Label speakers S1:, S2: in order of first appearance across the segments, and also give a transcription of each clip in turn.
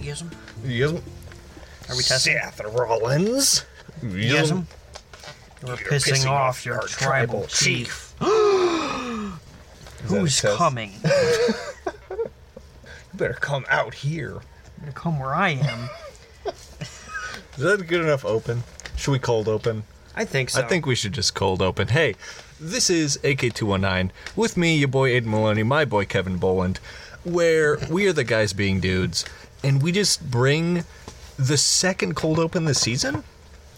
S1: Yes, him.
S2: Yes.
S1: Are we testing?
S2: Seth Rollins.
S1: Yes, him. You're pissing, off, your
S2: our
S1: tribal
S2: tribal
S1: chief.
S2: that a
S1: Who's
S2: test?
S1: coming?
S2: You better come out here.
S1: Gonna come where I am.
S2: Is that a good enough open? Should we cold open?
S1: I think so.
S2: I think we should just cold open. Hey, this is AK219 with me, your boy Aiden Maloney, my boy Kevin Boland, where we are the guys being dudes, and we just bring the second cold open this season.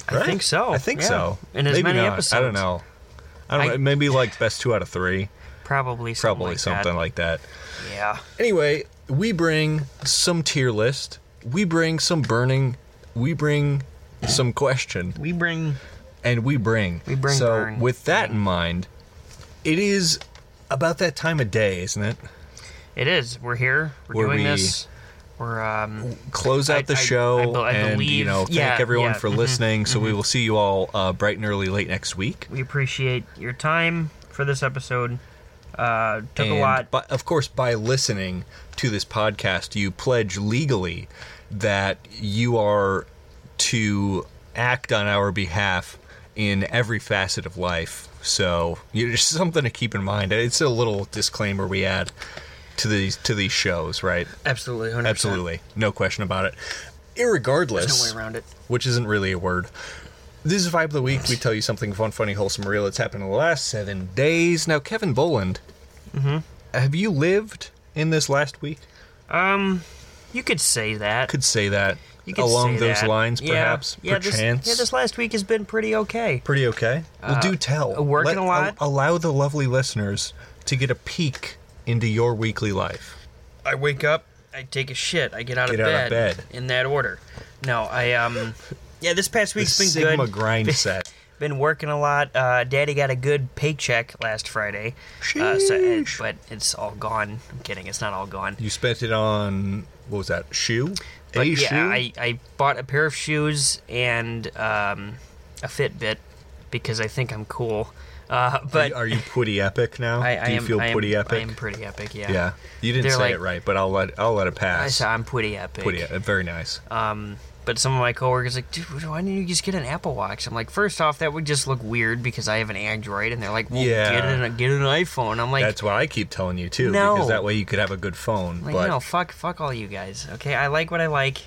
S1: I
S2: right?
S1: think so,
S2: I think
S1: yeah.
S2: so.
S1: In as
S2: Maybe
S1: many
S2: not. I don't
S1: episodes.
S2: know. I don't
S1: I-
S2: know. Maybe like best two out of three.
S1: probably something
S2: Probably
S1: like
S2: something
S1: that.
S2: like that.
S1: Yeah.
S2: Anyway, we bring some tier list. We bring some burning. We bring some question
S1: We bring
S2: and we bring.
S1: We bring
S2: So
S1: burn.
S2: with that in mind, it is about that time of day, isn't it?
S1: It is. We're here. We're
S2: Were
S1: doing
S2: we-
S1: this. We're um
S2: Close out
S1: I-
S2: the
S1: I-
S2: show
S1: I bel- I
S2: and you
S1: believe-
S2: know thank
S1: yeah,
S2: everyone
S1: yeah,
S2: for
S1: mhm,
S2: listening. So we will see you all uh, bright and early late next week.
S1: we appreciate your time for this episode. Uh took
S2: and
S1: a lot.
S2: But of course, by listening to this podcast, you pledge legally that you are to act on our behalf in every facet of life. So you just something to keep in mind. It's a little disclaimer we add to these to these shows, right?
S1: Absolutely 100%.
S2: Absolutely, no question about it. Irregardless,
S1: There's no way around it.
S2: which isn't really a word. This is Vibe of the Week. We tell you something fun, funny, wholesome, real that's happened in the last seven days. Now, Kevin Boland,
S1: Mm-hmm.
S2: have you lived in this last week?
S1: Um you could say that.
S2: Could say that
S1: you could
S2: along
S1: say
S2: those
S1: that.
S2: lines,
S1: Yeah.
S2: perhaps,
S1: Yeah, this,
S2: perchance.
S1: yeah, this last week has been pretty okay.
S2: Pretty okay. well, do tell.
S1: working a lot?
S2: al- allow the lovely listeners to get a peek into your weekly life.
S1: I wake up, I take a shit, I get out,
S2: Get
S1: of,
S2: out
S1: bed,
S2: of bed.
S1: in that order. No, I um yeah, this past
S2: The
S1: week's been
S2: Sigma
S1: good.
S2: grind set.
S1: Been working a lot. Uh, Daddy got a good paycheck last Friday, uh, so it,
S2: Sheesh.
S1: but it's all gone. I'm kidding, it's not all gone.
S2: You spent it on what was that? Shoe?
S1: But
S2: a
S1: yeah,
S2: shoe?
S1: I, I bought a pair of shoes and um, a Fitbit because I think I'm cool. Uh,
S2: Are
S1: but
S2: you- are you pretty epic now?
S1: I, I
S2: do you
S1: am,
S2: feel
S1: I am-
S2: pretty epic?
S1: I am pretty epic. Yeah.
S2: Yeah, you didn't
S1: They're
S2: say
S1: like-
S2: it right, but I'll let I'll let it
S1: I
S2: pass.
S1: said I'm pretty epic.
S2: Pretty, uh, very nice.
S1: Um, but some of my coworkers like, dude, why didn't you just get an Apple Watch? I'm like, first off, that would just look weird because I have an Android, and they're like, well,
S2: Yeah.
S1: get an get an iPhone. I'm like,
S2: That's what I keep telling you too,
S1: No.
S2: because that way you could have a good phone.
S1: Like,
S2: but
S1: no, fuck, fuck all you guys. Okay, I like what I like.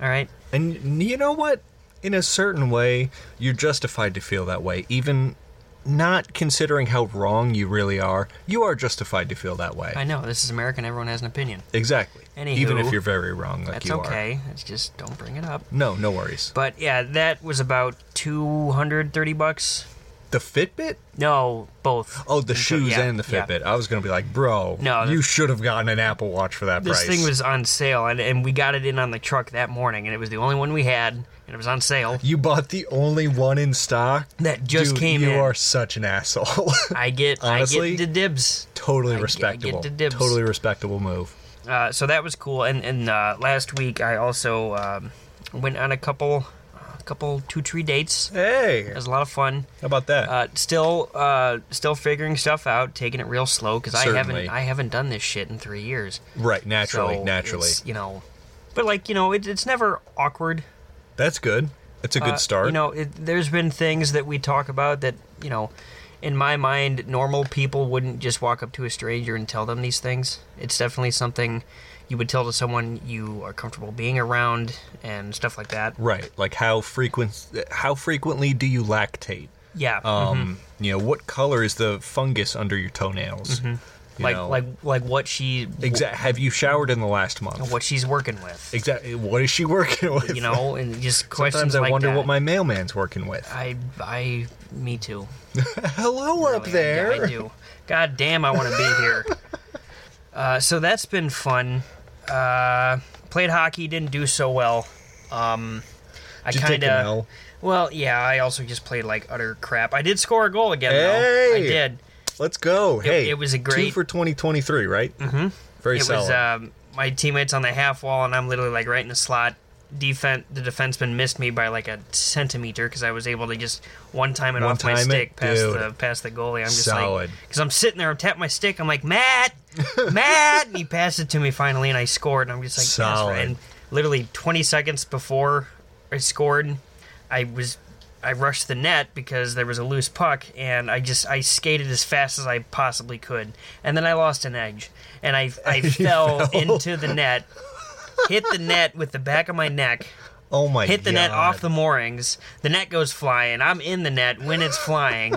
S1: All right,
S2: and you know what? In a certain way, you're justified to feel that way, even not considering how wrong you really are. You are justified to feel that way.
S1: I know this is America, and everyone has an opinion.
S2: exactly. even
S1: Anywho,
S2: if you're very wrong, like
S1: That's
S2: you are.
S1: okay. It's just don't bring it up.
S2: No, no worries.
S1: But yeah, that was about two hundred thirty bucks.
S2: The Fitbit?
S1: No, both.
S2: Oh, the shoes
S1: yeah,
S2: and the
S1: yeah.
S2: Fitbit. I was gonna be like, bro,
S1: No,
S2: you should have gotten an Apple Watch for that
S1: This
S2: price.
S1: thing was on sale, and, and we got it in on the truck that morning, and it was the only one we had, and it was on sale.
S2: You bought the only one in stock
S1: That just
S2: Dude,
S1: came
S2: you
S1: in.
S2: are such an asshole.
S1: I get, I
S2: Honestly?
S1: get the dibs. I get- I
S2: totally
S1: get
S2: respectable.
S1: the dibs.
S2: Totally respectable move.
S1: Uh, so that was cool. And and uh, last week I also um, went on a couple, a couple two tree dates.
S2: Hey,
S1: It was a lot of fun.
S2: how about that?
S1: Uh, still, uh, still figuring stuff out, taking it real slow because I haven't
S2: Certainly.
S1: I haven't done this shit in three years.
S2: right, naturally,
S1: So
S2: naturally.
S1: it's, you know, but like you know, it, it's never awkward.
S2: That's good. That's a good
S1: Uh,
S2: start.
S1: You know, it, there's been things that we talk about that you know. In my mind, normal people wouldn't just walk up to a stranger and tell them these things. It's definitely something you would tell to someone you are comfortable being around and stuff like that.
S2: right, like how frequent? How frequently do you lactate?
S1: Yeah,
S2: Um, you know, what color is the fungus under your toenails? You
S1: Mm-hmm. like
S2: know,
S1: like like what she
S2: exa- Have you showered in the last month?
S1: what she's working with.
S2: Exactly. What is she working with?
S1: You know, and just questions
S2: Sometimes I
S1: like
S2: wonder
S1: that. Uh,
S2: what my mailman's working with.
S1: I I me too.
S2: Hello up
S1: Really, I-
S2: there.
S1: I, do. God damn, I want to be here. Uh, so that's been fun. Uh, played hockey, didn't do so well. Um, I
S2: Did you take
S1: kind
S2: an
S1: of
S2: L?
S1: well, yeah. I also just played like utter crap. I did score a goal again, though. I
S2: Hey!
S1: did.
S2: Let's go. hey,
S1: it was a
S2: two
S1: great-
S2: for 2023, right? Mm-hmm. Very
S1: It
S2: solid.
S1: was um my teammates on the half wall, and I'm literally like right in the slot. Defense, the defenseman missed me by like a centimeter because I was able to just one time it
S2: One
S1: off my
S2: time it?
S1: stick past
S2: Dude.
S1: the past the goalie. I'm just
S2: Solid.
S1: like because I'm sitting there, I'm tapping my stick. I'm like Matt, Matt, and he passed it to me finally, and I scored. And I'm just like, "Yes,
S2: Solid.
S1: right." and literally 20 seconds before I scored, I was I rushed the net because there was a loose puck, and I just I skated as fast as I possibly could, and then I lost an edge, and I I fell,
S2: fell.
S1: into the net, hit the net with the back of my neck.
S2: Oh my!
S1: Hit the net
S2: God.
S1: off the moorings. The net goes flying. I'm in the net when it's flying.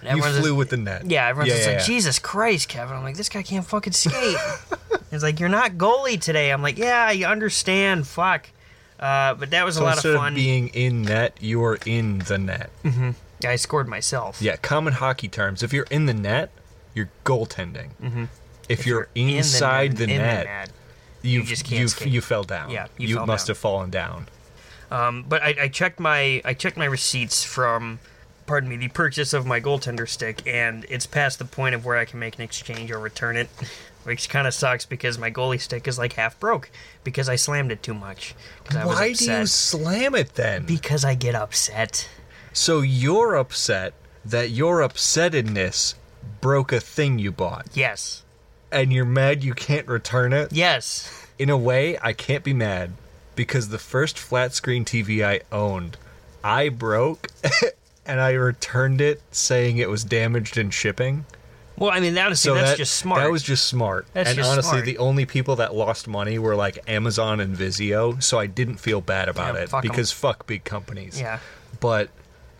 S1: And
S2: You
S1: everyone's just-
S2: flew with the net.
S1: yeah, everyone's just like,
S2: yeah.
S1: Jesus Christ, Kevin. I'm like, this guy can't fucking skate. it's like, you're not goalie today. I'm like, yeah, I understand. Fuck. Uh, but that was a
S2: So
S1: lot
S2: instead
S1: of
S2: of
S1: fun. Mm-hmm.
S2: being in net, you are in the net.
S1: I scored myself.
S2: Yeah, common hockey terms. If you're in the net, you're goaltending. Mm-hmm. If, you're,
S1: in the-
S2: inside the,
S1: in
S2: net, you
S1: just can't
S2: you
S1: skate.
S2: you fell down.
S1: Yeah, you
S2: you,
S1: fell
S2: must
S1: down.
S2: have fallen down.
S1: Um, but I, I checked my I checked my receipts from, pardon me, the purchase of my goaltender stick, and it's past the point of where I can make an exchange or return it, which kind of sucks because my goalie stick is like half broke because I slammed it too much. 'cause I was
S2: Why do you
S1: upset.
S2: slam it then?
S1: Because I get upset.
S2: so you're upset that your upsettedness broke a thing you bought,
S1: Yes.
S2: and you're mad you can't return it.
S1: Yes.
S2: In a way, I can't be mad because the first flat screen TV I owned, I broke and I returned it saying it was damaged in shipping.
S1: Well, I mean, honestly,
S2: So
S1: that's
S2: that,
S1: just smart.
S2: That was just smart.
S1: That's
S2: and
S1: just
S2: honestly,
S1: smart.
S2: the only people that lost money were like Amazon and Vizio, so I didn't feel bad about
S1: Yeah,
S2: it
S1: fuck 'em.
S2: because fuck big companies.
S1: Yeah.
S2: But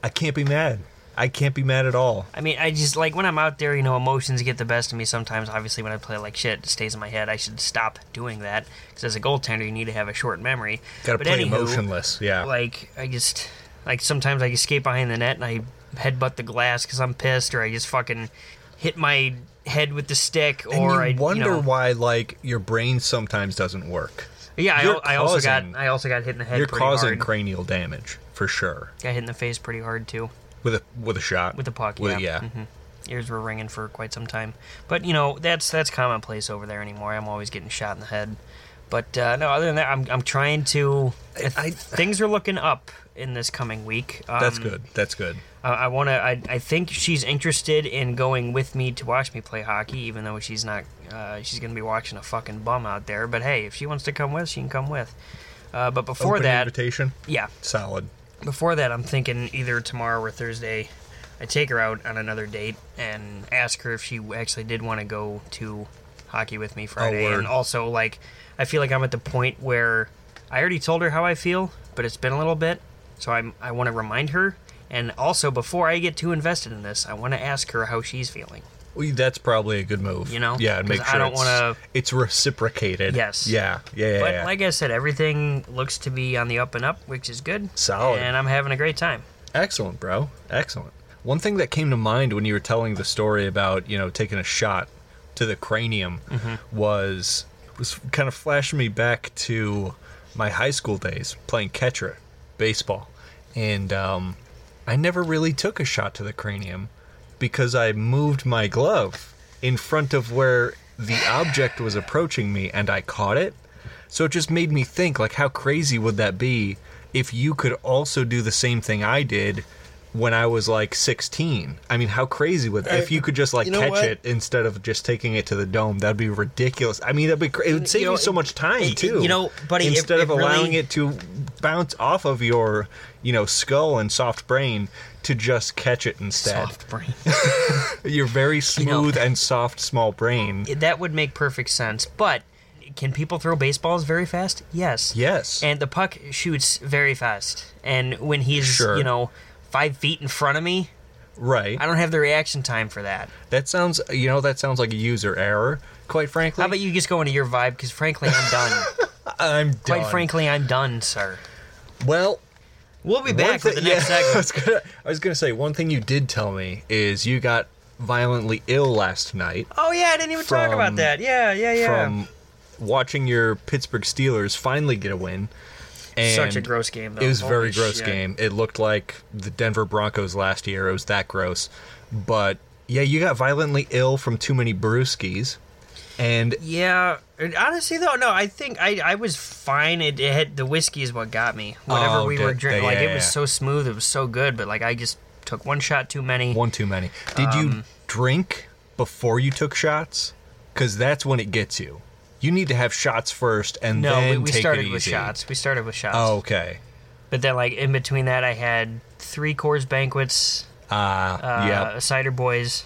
S2: I can't be mad. I can't be mad at all.
S1: I mean, I just like when I'm out there, you know, emotions get the best of me sometimes. Obviously, when I play like shit, it stays in my head. I should stop doing that because as a goaltender, you need to have a short memory.
S2: Got to
S1: But
S2: play
S1: anywho,
S2: emotionless. Yeah.
S1: Like I just like sometimes I skate behind the net and I headbutt the glass because I'm pissed, or I just fucking hit my head with the stick,
S2: and
S1: or
S2: you
S1: I
S2: wonder
S1: you know,
S2: why like your brain sometimes doesn't work.
S1: Yeah, I,
S2: you're
S1: I also got
S2: causing-
S1: I also got hit in the head.
S2: You're
S1: pretty
S2: causing
S1: hard.
S2: cranial damage for sure
S1: got hit in the face pretty hard too.
S2: with a with a shot
S1: with the puck.
S2: With-
S1: yeah, hmm ears were ringing for quite some time. But you know that's that's commonplace over there anymore. I'm always getting shot in the head. But uh, no, other than that, I'm I'm trying to.
S2: I-
S1: things are looking up in this coming week. Um,
S2: That's good. That's good.
S1: I, I want to. I, I think she's interested in going with me to watch me play hockey, even though she's not. Uh, she's going to be watching a fucking bum out there. But hey, if she wants to come with, she can come with. Uh, but before
S2: Open
S1: that,
S2: invitation,
S1: yeah,
S2: solid.
S1: before that, I'm thinking either tomorrow or Thursday, I take her out on another date and ask her if she actually did want to go to hockey with me Friday.
S2: Oh, word.
S1: and also, like, I feel like I'm at the point where I already told her how I feel, but it's been a little bit, so I'm I want to remind her. And also, before I get too invested in this, I want to ask her how she's feeling.
S2: Well, that's probably a good move.
S1: You know?
S2: yeah, and make
S1: 'Cause I
S2: sure
S1: don't
S2: it's,
S1: wanna-
S2: it's reciprocated.
S1: Yes.
S2: Yeah, yeah, yeah.
S1: But
S2: yeah.
S1: like I said, everything looks to be on the up and up, which is good.
S2: Solid.
S1: And I'm having a great time.
S2: Excellent, bro. Excellent. One thing that came to mind when you were telling the story about you know taking a shot to the cranium was was kind of flashing me back to my high school days playing catcher baseball, and um, I never really took a shot to the cranium because I moved my glove in front of where the object was approaching me, and I caught it. So it just made me think like how crazy would that be if you could also do the same thing I did when I was like 16. I mean, how crazy would if you could just like
S3: you know
S2: catch
S3: what?
S2: it instead of just taking it to the dome? That'd be ridiculous. I mean, that'd be cra- it would save you,
S1: know,
S2: so much time
S1: it-
S2: too.
S1: you know, buddy, it-
S2: instead of
S1: it really-
S2: allowing it to bounce off of your, you know, skull and soft brain to just catch it instead.
S1: brain.
S2: Your very
S1: know-
S2: smooth and soft small brain.
S1: that would make perfect sense. But can people throw baseballs very fast? Yes.
S2: Yes.
S1: And the puck shoots very fast. And when he's,
S2: Sure.
S1: you know, five feet in front of me,
S2: right.
S1: I don't have the reaction time for that.
S2: That sounds, you know, that sounds like a user error. Quite frankly,
S1: How about you just go into your vibe? Because frankly, I'm done.
S2: I'm
S1: Quite
S2: done.
S1: frankly, I'm done, sir.
S2: Well,
S1: We'll be back
S2: one
S1: for the
S2: thi-
S1: next
S2: yeah, I
S1: segment.
S2: was, gonna, I was gonna say one thing you did tell me is you got violently ill last night
S1: Oh yeah, I didn't even talk
S2: From-
S1: about that. Yeah, yeah, yeah.
S2: from watching your Pittsburgh Steelers finally get a win. And
S1: Such a gross game, though.
S2: It was a
S1: Holy
S2: very gross
S1: shit.
S2: game. It looked like the Denver Broncos last year. It was that gross. But yeah, you got violently ill from too many brewskis, and
S1: Yeah, and honestly though, no, I think I, I was fine. It, it had the whiskey is what got me. Whatever
S2: Oh,
S1: we
S2: did-
S1: were drinking,
S2: yeah,
S1: like
S2: yeah,
S1: it was
S2: yeah.
S1: so smooth, it was so good. But like I just took one shot too many.
S2: One too many.
S1: Um,
S2: Did you drink before you took shots? Because that's when it gets you. You need to have shots first, and
S1: No,
S2: then
S1: we, we
S2: take
S1: started
S2: it
S1: with
S2: easy.
S1: shots. We started with shots.
S2: Oh, okay.
S1: But then, like, in between that, I had three course banquets,
S2: Uh,
S1: uh,
S2: yeah,
S1: cider boys,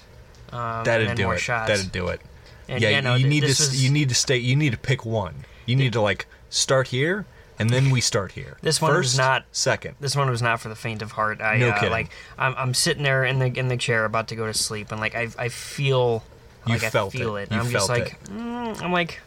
S1: um, and
S2: that'd
S1: then
S2: do
S1: more
S2: it.
S1: shots.
S2: That'd do it.
S1: And,
S2: yeah,
S1: yeah, no,
S2: you
S1: th-
S2: need to
S1: this
S2: s
S1: was-
S2: you need to stay. You need to pick one. You need to like start here, and then we start here.
S1: This one was
S2: First,
S1: not-
S2: second.
S1: this one was not for the faint of heart. I
S2: No
S1: uh,
S2: kidding.
S1: like I'm, I'm sitting there in the in the chair about to go to sleep and like I I feel
S2: You
S1: like
S2: felt
S1: I feel
S2: it.
S1: it.
S2: You
S1: And I'm just
S2: felt
S1: like mm, I'm like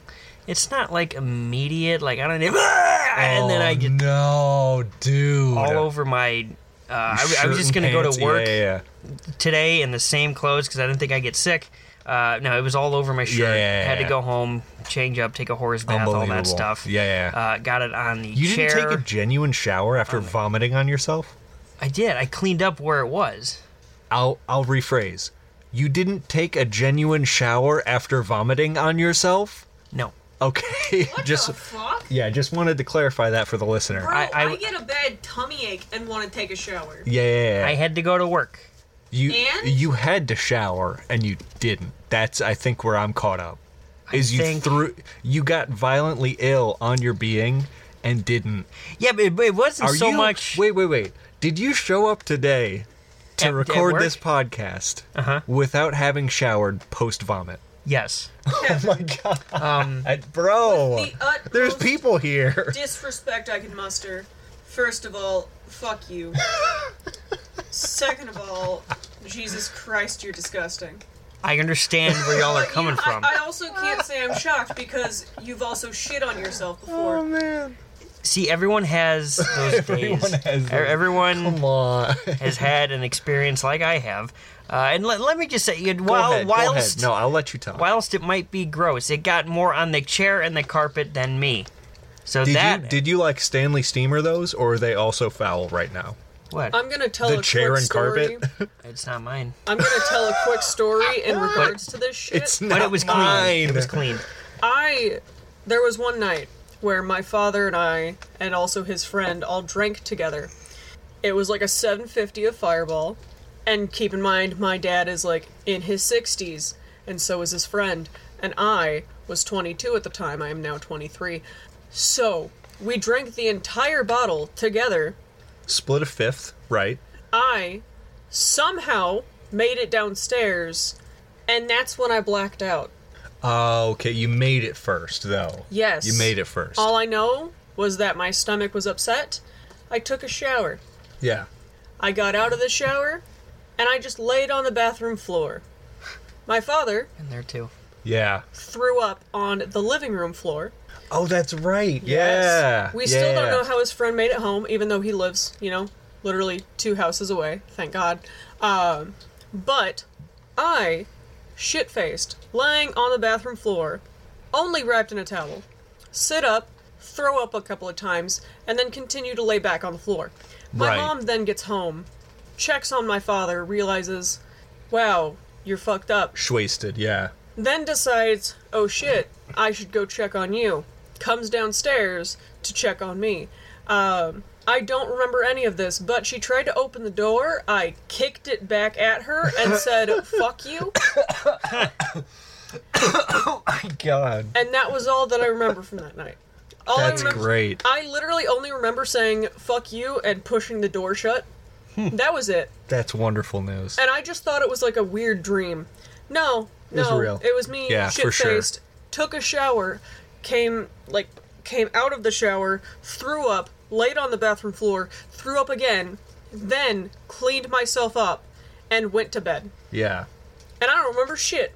S1: it's not like immediate like I don't even ah! and then I get
S2: Oh, no, dude.
S1: all over my uh, I, I was just gonna go to work
S2: Yeah, yeah,
S1: today in the same clothes because I didn't think I'd get sick. Uh, no, it was all over my shirt.
S2: Yeah, yeah, yeah,
S1: Had
S2: yeah.
S1: to go home, change up, take a horse
S2: yeah.
S1: bath, all that stuff.
S2: Yeah, yeah. yeah.
S1: Uh, got it on the
S2: you
S1: chair.
S2: didn't take a genuine shower after vomiting on yourself.
S1: I did. I cleaned up where it was.
S2: I'll I'll rephrase. You didn't take a genuine shower after vomiting on yourself.
S1: No.
S2: Okay, just
S3: the fuck?
S2: yeah, just wanted to clarify that for the listener.
S3: Bro,
S1: I-
S3: I,
S1: I-
S3: get a bad tummy ache and want to take a shower.
S2: Yeah, yeah, yeah.
S1: I had to go to work.
S2: You
S3: And?
S2: you had to shower and you didn't. That's I think where I'm caught up. Is you
S1: think-
S2: threw you got violently ill on your being and didn't.
S1: Yeah, but it, but it wasn't
S2: Are
S1: so
S2: you
S1: much.
S2: Wait, wait, wait. Did you show up today to
S1: At- at
S2: record
S1: work?
S2: this podcast
S1: Uh-huh.
S2: without having showered post vomit?
S1: Yes.
S2: Oh my god.
S1: Um,
S2: Bro.
S3: With the utmost-
S2: There's people here.
S3: Disrespect I can muster. First of all, fuck you. Second of all, Jesus Christ, you're disgusting.
S1: I understand where y'all are
S3: But, you
S1: coming
S3: know,
S1: from.
S3: I, I also can't say I'm shocked because you've also shit on yourself before.
S2: Oh man.
S1: See, everyone has those
S2: Everyone
S1: days.
S2: has
S1: E-
S2: those.
S1: Everyone
S2: Come on.
S1: has had an experience like I have. Uh, and let, let me just say, it-
S2: Go
S1: while,
S2: ahead, go ahead.
S1: whilst,
S2: No, I'll let you talk.
S1: whilst it might be gross, it got more on the chair and the carpet than me. So
S2: Did
S1: that
S2: you did you like Stanley Steamer those, or are they also foul right now?
S1: what?
S3: I'm gonna tell
S2: The
S3: a
S2: chair
S3: quick
S2: and
S3: story.
S2: carpet.
S1: It's not mine.
S3: I'm gonna tell a quick story in regards to this shit.
S2: It's
S1: But
S2: Not
S1: it was clean.
S2: mine.
S1: It was clean.
S3: I there was one night where my father and I and also his friend all drank together. It was like a 750 of Fireball. And keep in mind my dad is like in his 60s and so is his friend and I was 22 at the time. I am now 23. So, we drank the entire bottle together.
S2: Split a fifth, right?
S3: I somehow made it downstairs and that's when I blacked out.
S2: Oh, okay. You made it first, though.
S3: Yes.
S2: You made it first.
S3: All I know was that my stomach was upset. I took a shower.
S2: yeah.
S3: I got out of the shower and I just laid on the bathroom floor. My father
S1: And there too.
S2: Yeah.
S3: threw up on the living room floor.
S2: Oh, that's right. Yeah.
S3: We still don't
S2: yeah.
S3: know how his friend made it home, even though he lives, you know, literally two houses away. Thank God. Um, but I, shit faced, laying on the bathroom floor, only wrapped in a towel, sit up, throw up a couple of times, and then continue to lay back on the floor. My
S2: Right.
S3: mom then gets home, checks on my father, realizes, wow, you're fucked up
S2: Schwasted. Yeah.
S3: then decides, oh shit, I should go check on you. Comes downstairs to check on me. Um, I don't remember any of this, but she tried to open the door. I kicked it back at her and said, fuck you.
S2: My God.
S3: And that was all that I remember from that night. All
S2: That's
S3: I remember,
S2: great.
S3: I literally only remember saying, fuck you, and pushing the door shut.
S2: Hmm.
S3: That was it.
S2: That's wonderful news.
S3: And I just thought it was like a weird dream. No, no,
S2: was real.
S3: it was me.
S2: Yeah, for
S3: shit
S2: sure.
S3: faced. Took a shower, came like came out of the shower, threw up, laid on the bathroom floor, threw up again, then cleaned myself up, and went to bed.
S2: Yeah.
S3: And I don't remember shit.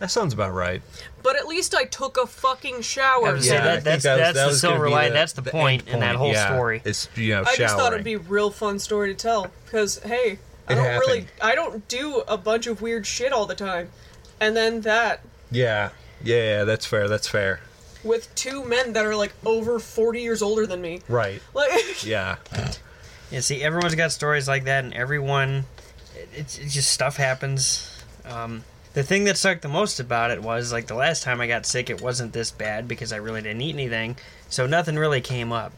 S2: That sounds about right.
S3: But at least I took a fucking shower.
S1: I was
S2: Yeah,
S1: So that-
S2: I think
S1: that's-
S2: that was-
S1: that's
S2: that
S1: the
S2: was gonna
S1: silver
S2: be
S1: line- that's the
S2: end
S1: point in that whole
S2: yeah.
S1: story.
S2: It's you know
S3: I just thought
S2: showering.
S3: it'd be a real fun story to tell because hey, I
S2: It
S3: don't
S2: happened.
S3: really, I don't do a bunch of weird shit all the time, and then that
S2: Yeah. Yeah. yeah, That's fair. That's fair.
S3: with two men that are like over 40 years older than me.
S2: Right.
S3: Like,
S2: Yeah.
S1: Yeah, see, everyone's got stories like that, and everyone, it- it's, it's just stuff happens. Um, the thing that sucked the most about it was like the last time I got sick, it wasn't this bad because I really didn't eat anything, so nothing really came up.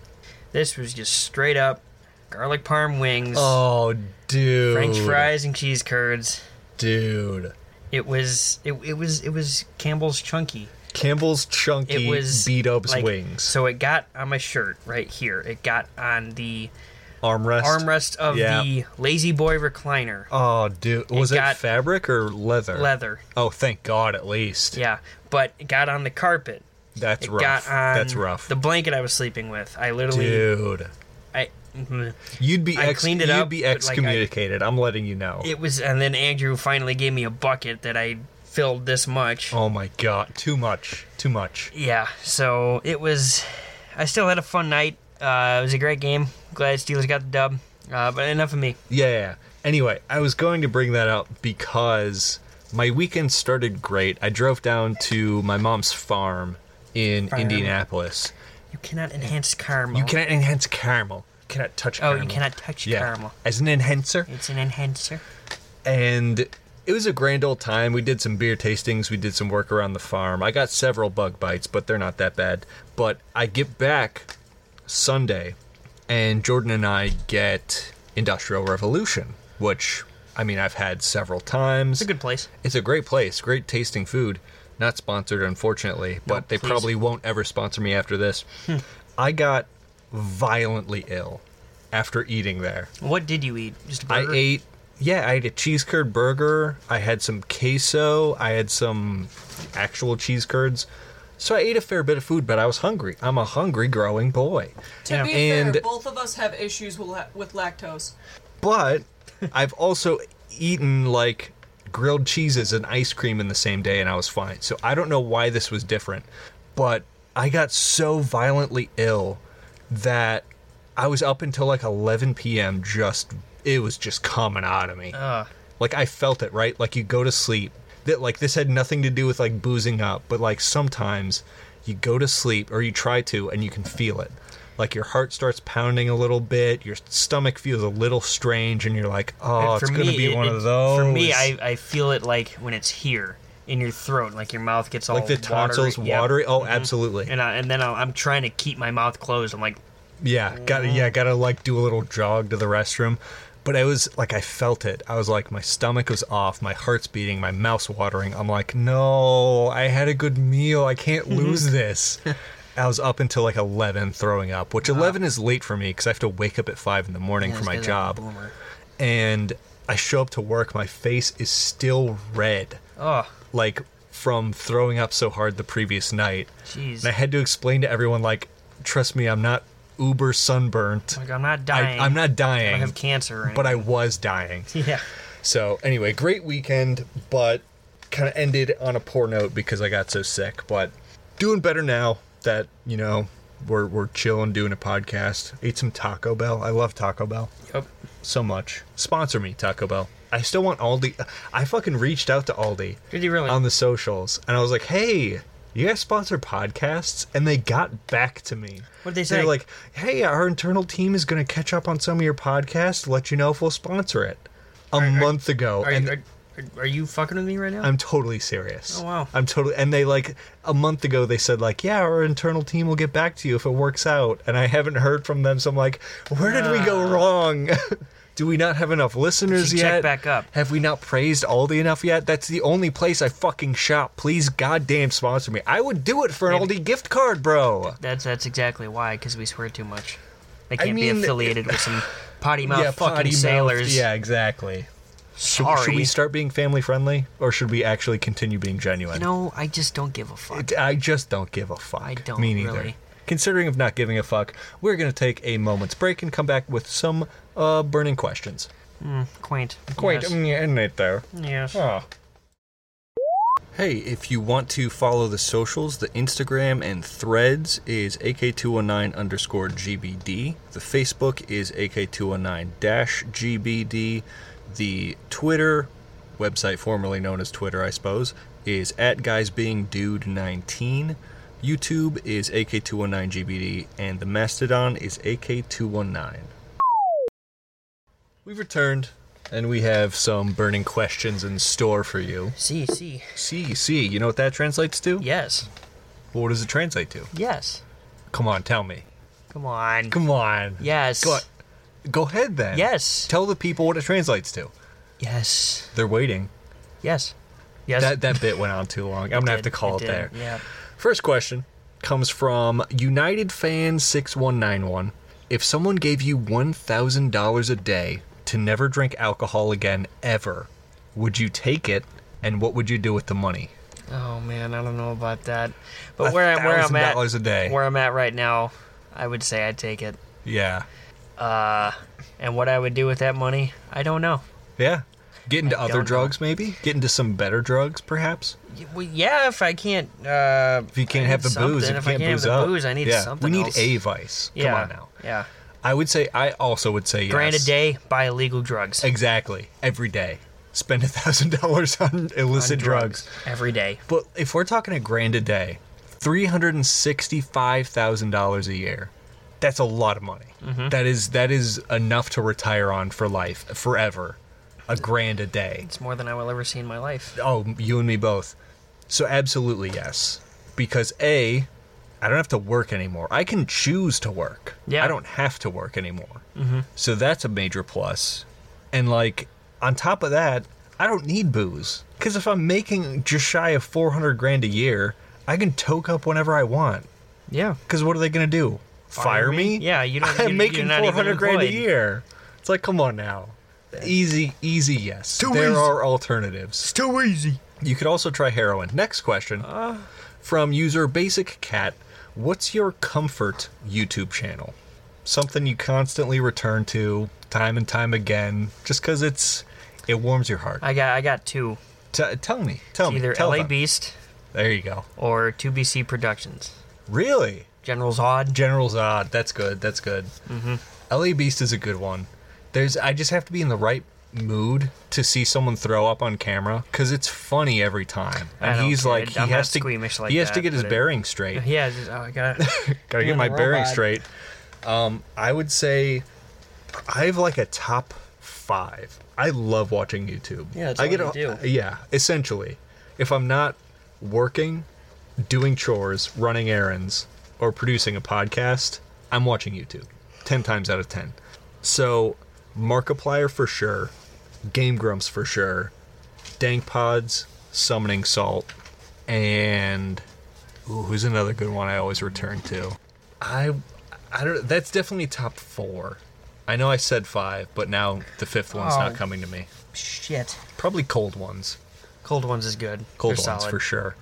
S1: This was just straight up garlic parm wings,
S2: Oh, dude.
S1: French fries, and cheese curds.
S2: Dude.
S1: It was it, it was it was Campbell's Chunky.
S2: Campbell's chunky
S1: it was
S2: beat up's
S1: like-
S2: wings.
S1: So it got on my shirt right here. It got on the
S2: armrest.
S1: armrest of
S2: Yeah.
S1: the lazy boy recliner.
S2: Oh, dude, was it,
S1: got-
S2: fabric or leather?
S1: Leather.
S2: Oh, thank God, at least.
S1: Yeah. But it got on the carpet.
S2: that's
S1: It
S2: rough.
S1: got on
S2: that's rough,
S1: the blanket I was sleeping with. I literally
S2: dude.
S1: I mhm.
S2: You'd be
S1: I
S2: ex-
S1: cleaned it
S2: you'd
S1: up, but,
S2: be
S1: like, I-
S2: excommunicated. I'm letting you know.
S1: it was and then Andrew finally gave me a bucket that I filled this much.
S2: oh my God, too much, too much.
S1: Yeah, so it was. I still had a fun night. Uh, it was a great game. Glad Steelers got the dub. Uh, but enough of me.
S2: Yeah, yeah. Anyway, I was going to bring that up because my weekend started great. I drove down to my mom's farm in
S1: Farm.
S2: Indianapolis.
S1: You cannot enhance caramel.
S2: You cannot enhance caramel. You cannot touch
S1: Oh, you
S2: caramel.
S1: cannot touch
S2: yeah.
S1: caramel.
S2: As an enhancer.
S1: It's an enhancer.
S2: and it was a grand old time. We did some beer tastings, we did some work around the farm. I got several bug bites, but they're not that bad. But I get back Sunday, and Jordan and I get Industrial Revolution, which I mean I've had several times.
S1: It's a good place.
S2: It's a great place, great tasting food. Not sponsored, unfortunately, but they
S1: please.
S2: probably won't ever sponsor me after this.
S3: Hmm.
S2: I got violently ill after eating there.
S1: What did you eat? Just a
S2: I
S1: burger?
S2: ate, yeah, I ate a cheese curd burger. I had some queso. I had some actual cheese curds. So I ate a fair bit of food, but I was hungry. I'm a hungry growing boy.
S3: To
S1: Yeah.
S3: be
S2: And-
S3: fair, both of us have issues with, la- with lactose.
S2: But I've also eaten like grilled cheeses and ice cream in the same day, and I was fine. So I don't know why this was different, but I got so violently ill that I was up until like 11 p.m. Just it was just coming out of me.
S1: Ugh.
S2: like I felt it, right? Like you go to sleep. That like this had nothing to do with like boozing up, but like sometimes you go to sleep or you try to and you can feel it. Like your heart starts pounding a little bit, your stomach feels a little strange, and you're like, "Oh,
S1: For
S2: it's going to
S1: me,
S2: be
S1: it-
S2: one
S1: it-
S2: of those."
S1: For me, I, I feel it like when it's here in your throat, like your mouth gets all
S2: like the tonsils
S1: watery. Yeah.
S2: watery. Oh, absolutely.
S1: And I, and then I'll, I'm trying to keep my mouth closed. I'm like,
S2: Yeah, gotta yeah, gotta like do a little jog to the restroom. But I was like, I felt it. I was like, my stomach was off, my heart's beating, my mouth's watering. I'm like, no, I had a good meal. I can't
S1: Mm-hmm.
S2: lose this. I was up until like 11 throwing up, which 11 is late for me because I have to wake up at 5 in the morning
S1: Uh-huh. "Yeah,
S2: for
S1: this
S2: my
S1: guy's a
S2: job.
S1: Boomer.
S2: And I show up to work, my face is still red,
S1: Oh,
S2: like from throwing up so hard the previous night.
S1: jeez.
S2: And I had to explain to everyone, like, trust me, I'm not uber sunburnt.
S1: Like I'm not
S2: I,
S1: dying.
S2: I'm not
S1: I
S2: dying,
S1: don't have cancer. Or
S2: but I was dying.
S1: anything. yeah.
S2: So, anyway, great weekend, but kind of ended on a poor note because I got so sick. But doing better now that, you know, we're, we're chilling, doing a podcast. Ate some Taco Bell. I love Taco Bell
S1: Yep.
S2: so much. Sponsor me, Taco Bell. I still want Aldi. I fucking reached out to Aldi
S1: Did you really?
S2: on the socials and I was like, hey, you guys sponsor podcasts? And they got back to me.
S1: What'd they
S2: They're
S1: say?
S2: like, hey, our internal team is going to catch up on some of your podcasts, let you know if we'll sponsor it. A month ago.
S1: Are,
S2: and
S1: you, are, are you fucking with me right now?
S2: I'm totally serious.
S1: Oh, wow.
S2: I'm totally. And they like, a month ago, they said, like, yeah, our internal team will get back to you if it works out. And I haven't heard from them. So I'm like, where did we go wrong? Do we not have enough listeners
S1: should
S2: yet?
S1: check back up.
S2: Have we not praised Aldi enough yet? That's the only place I fucking shop. Please, goddamn, sponsor me. I would do it for an
S1: Maybe-
S2: Aldi gift card, bro.
S1: That's that's exactly why, because we swear too much. They
S2: I
S1: can't be
S2: mean-
S1: affiliated with some potty mouth fucking
S2: potty mouth.
S1: sailors.
S2: Yeah, exactly. Should,
S1: sorry.
S2: should we start being family friendly, or should we actually continue being genuine?
S1: No, I just don't give a fuck.
S2: It- I just don't give a fuck.
S1: I don't
S2: Me neither.
S1: really.
S2: Considering of not giving a fuck, we're going to take a moment's break and come back with some uh, burning questions.
S1: Mm, Quaint.
S2: Wait,
S1: Yes.
S2: mm, yeah, isn't it there?
S1: Yes.
S2: Oh. Hey, if you want to follow the socials, the Instagram and threads is AK209 underscore GBD. The Facebook is AK209 dash GBD. The Twitter, website formerly known as Twitter, I suppose, is at guysbeingdude19. YouTube is oh AK219GBD. And the Mastodon is AK219. oh We've returned, and we have some burning questions in store for you.
S1: See, see.
S2: C, C, you know what that translates to?
S1: Yes.
S2: What does it translate to?
S1: Yes.
S2: Come on, tell me.
S1: Come on.
S2: Come on.
S1: Yes.
S2: Go, go ahead then.
S1: Yes.
S2: Tell the people what it translates to.
S1: Yes.
S2: They're waiting.
S1: Yes. Yes.
S2: That that bit went on too long. I'm gonna have to
S1: Did-
S2: call it
S1: did,
S2: there.
S1: Yeah.
S2: First question comes from United Fan 6191. If someone gave you $1,000 a day to never drink alcohol again ever, would you take it and what would you do with the money?
S1: Oh man, I don't know about that. But where I'm where I'm at
S2: $1,000 a day.
S1: where I'm at right now, I would say I'd take it.
S2: Yeah.
S1: Uh, and what I would do with that money, I don't know.
S2: Yeah. Get into other
S1: don't know.
S2: drugs maybe? Get into some better drugs perhaps?
S1: Y- Well, yeah, if I can't, uh,
S2: If you can't
S1: I
S2: have the
S1: need
S2: booze,
S1: something.
S2: if you
S1: if
S2: can't,
S1: I can't
S2: booze
S1: have the
S2: up.
S1: booze, I need
S2: yeah.
S1: something.
S2: We need
S1: else.
S2: a vice.
S1: Yeah,
S2: Come on now.
S1: Yeah,
S2: I would say I also would say yes.
S1: grand a day, buy illegal drugs,
S2: Exactly. Every day. Spend a thousand dollars on illicit
S1: On
S2: drugs.
S1: every day.
S2: But if we're talking a grand a day, three hundred and sixty-five thousand dollars a year. That's a lot of money.
S1: Mm-hmm.
S2: That is that is enough to retire on for life forever. A grand a day.
S1: It's more than I will ever see in my life.
S2: Oh, you and me both. So absolutely yes, because a, I don't have to work anymore. I can choose to work.
S1: Yeah.
S2: I don't have to work anymore. Mm-hmm. So that's a major plus. And like on top of that, I don't need booze because if I'm making just shy of four hundred grand a year, I can toke up whenever I want.
S1: Yeah,
S2: Because what are they gonna do? Fire, me?
S1: me? Yeah, you don't-
S2: I'm
S1: you're-
S2: making
S1: you're not even
S2: 400 grand a
S1: employed.
S2: year. It's like, come on now. Easy, easy. Yes,
S1: Too
S2: there
S1: easy.
S2: are alternatives.
S1: too easy. Uh.
S2: You could also try heroin. Next question from user Basic Cat. What's your comfort YouTube channel? Something you constantly return to time and time again, just because it's it warms your heart.
S1: I got I got two.
S2: T- tell me, tell me.
S1: Either
S2: tell
S1: LA
S2: them.
S1: Beast
S2: There you go.
S1: or 2BC Productions.
S2: Really,
S1: General Zod.
S2: General Zod. That's good. That's good.
S1: Mm-hmm.
S2: La Beast is a good one. There's I just have to be in the right mood to see someone throw up on camera because it's funny every time,
S1: I
S2: and
S1: don't
S2: he's
S1: care.
S2: like he
S1: I'm not
S2: has to
S1: squeamish like
S2: he has to
S1: that,
S2: get his
S1: but it-
S2: bearings straight.
S1: Yeah, just, oh, I got.
S2: Gotta get
S1: You're
S2: my
S1: the
S2: bearing
S1: robot.
S2: straight. Um, I would say I have like a top five. I love watching YouTube.
S1: Yeah, that's
S2: I
S1: all you do.
S2: Yeah, essentially, if I'm not working, doing chores, running errands, or producing a podcast, I'm watching YouTube. Ten times out of ten. So Markiplier for sure, Game Grumps for sure, Dank Pods, Summoning Salt, and Ooh, who's another good one I always return to? I I don't that's definitely top 4. I know I said 5, but now the fifth one's not
S1: Oh.
S2: coming to me.
S1: Shit.
S2: Probably cold ones.
S1: Cold ones is good.
S2: Cold
S1: They're
S2: ones
S1: solid.
S2: for sure.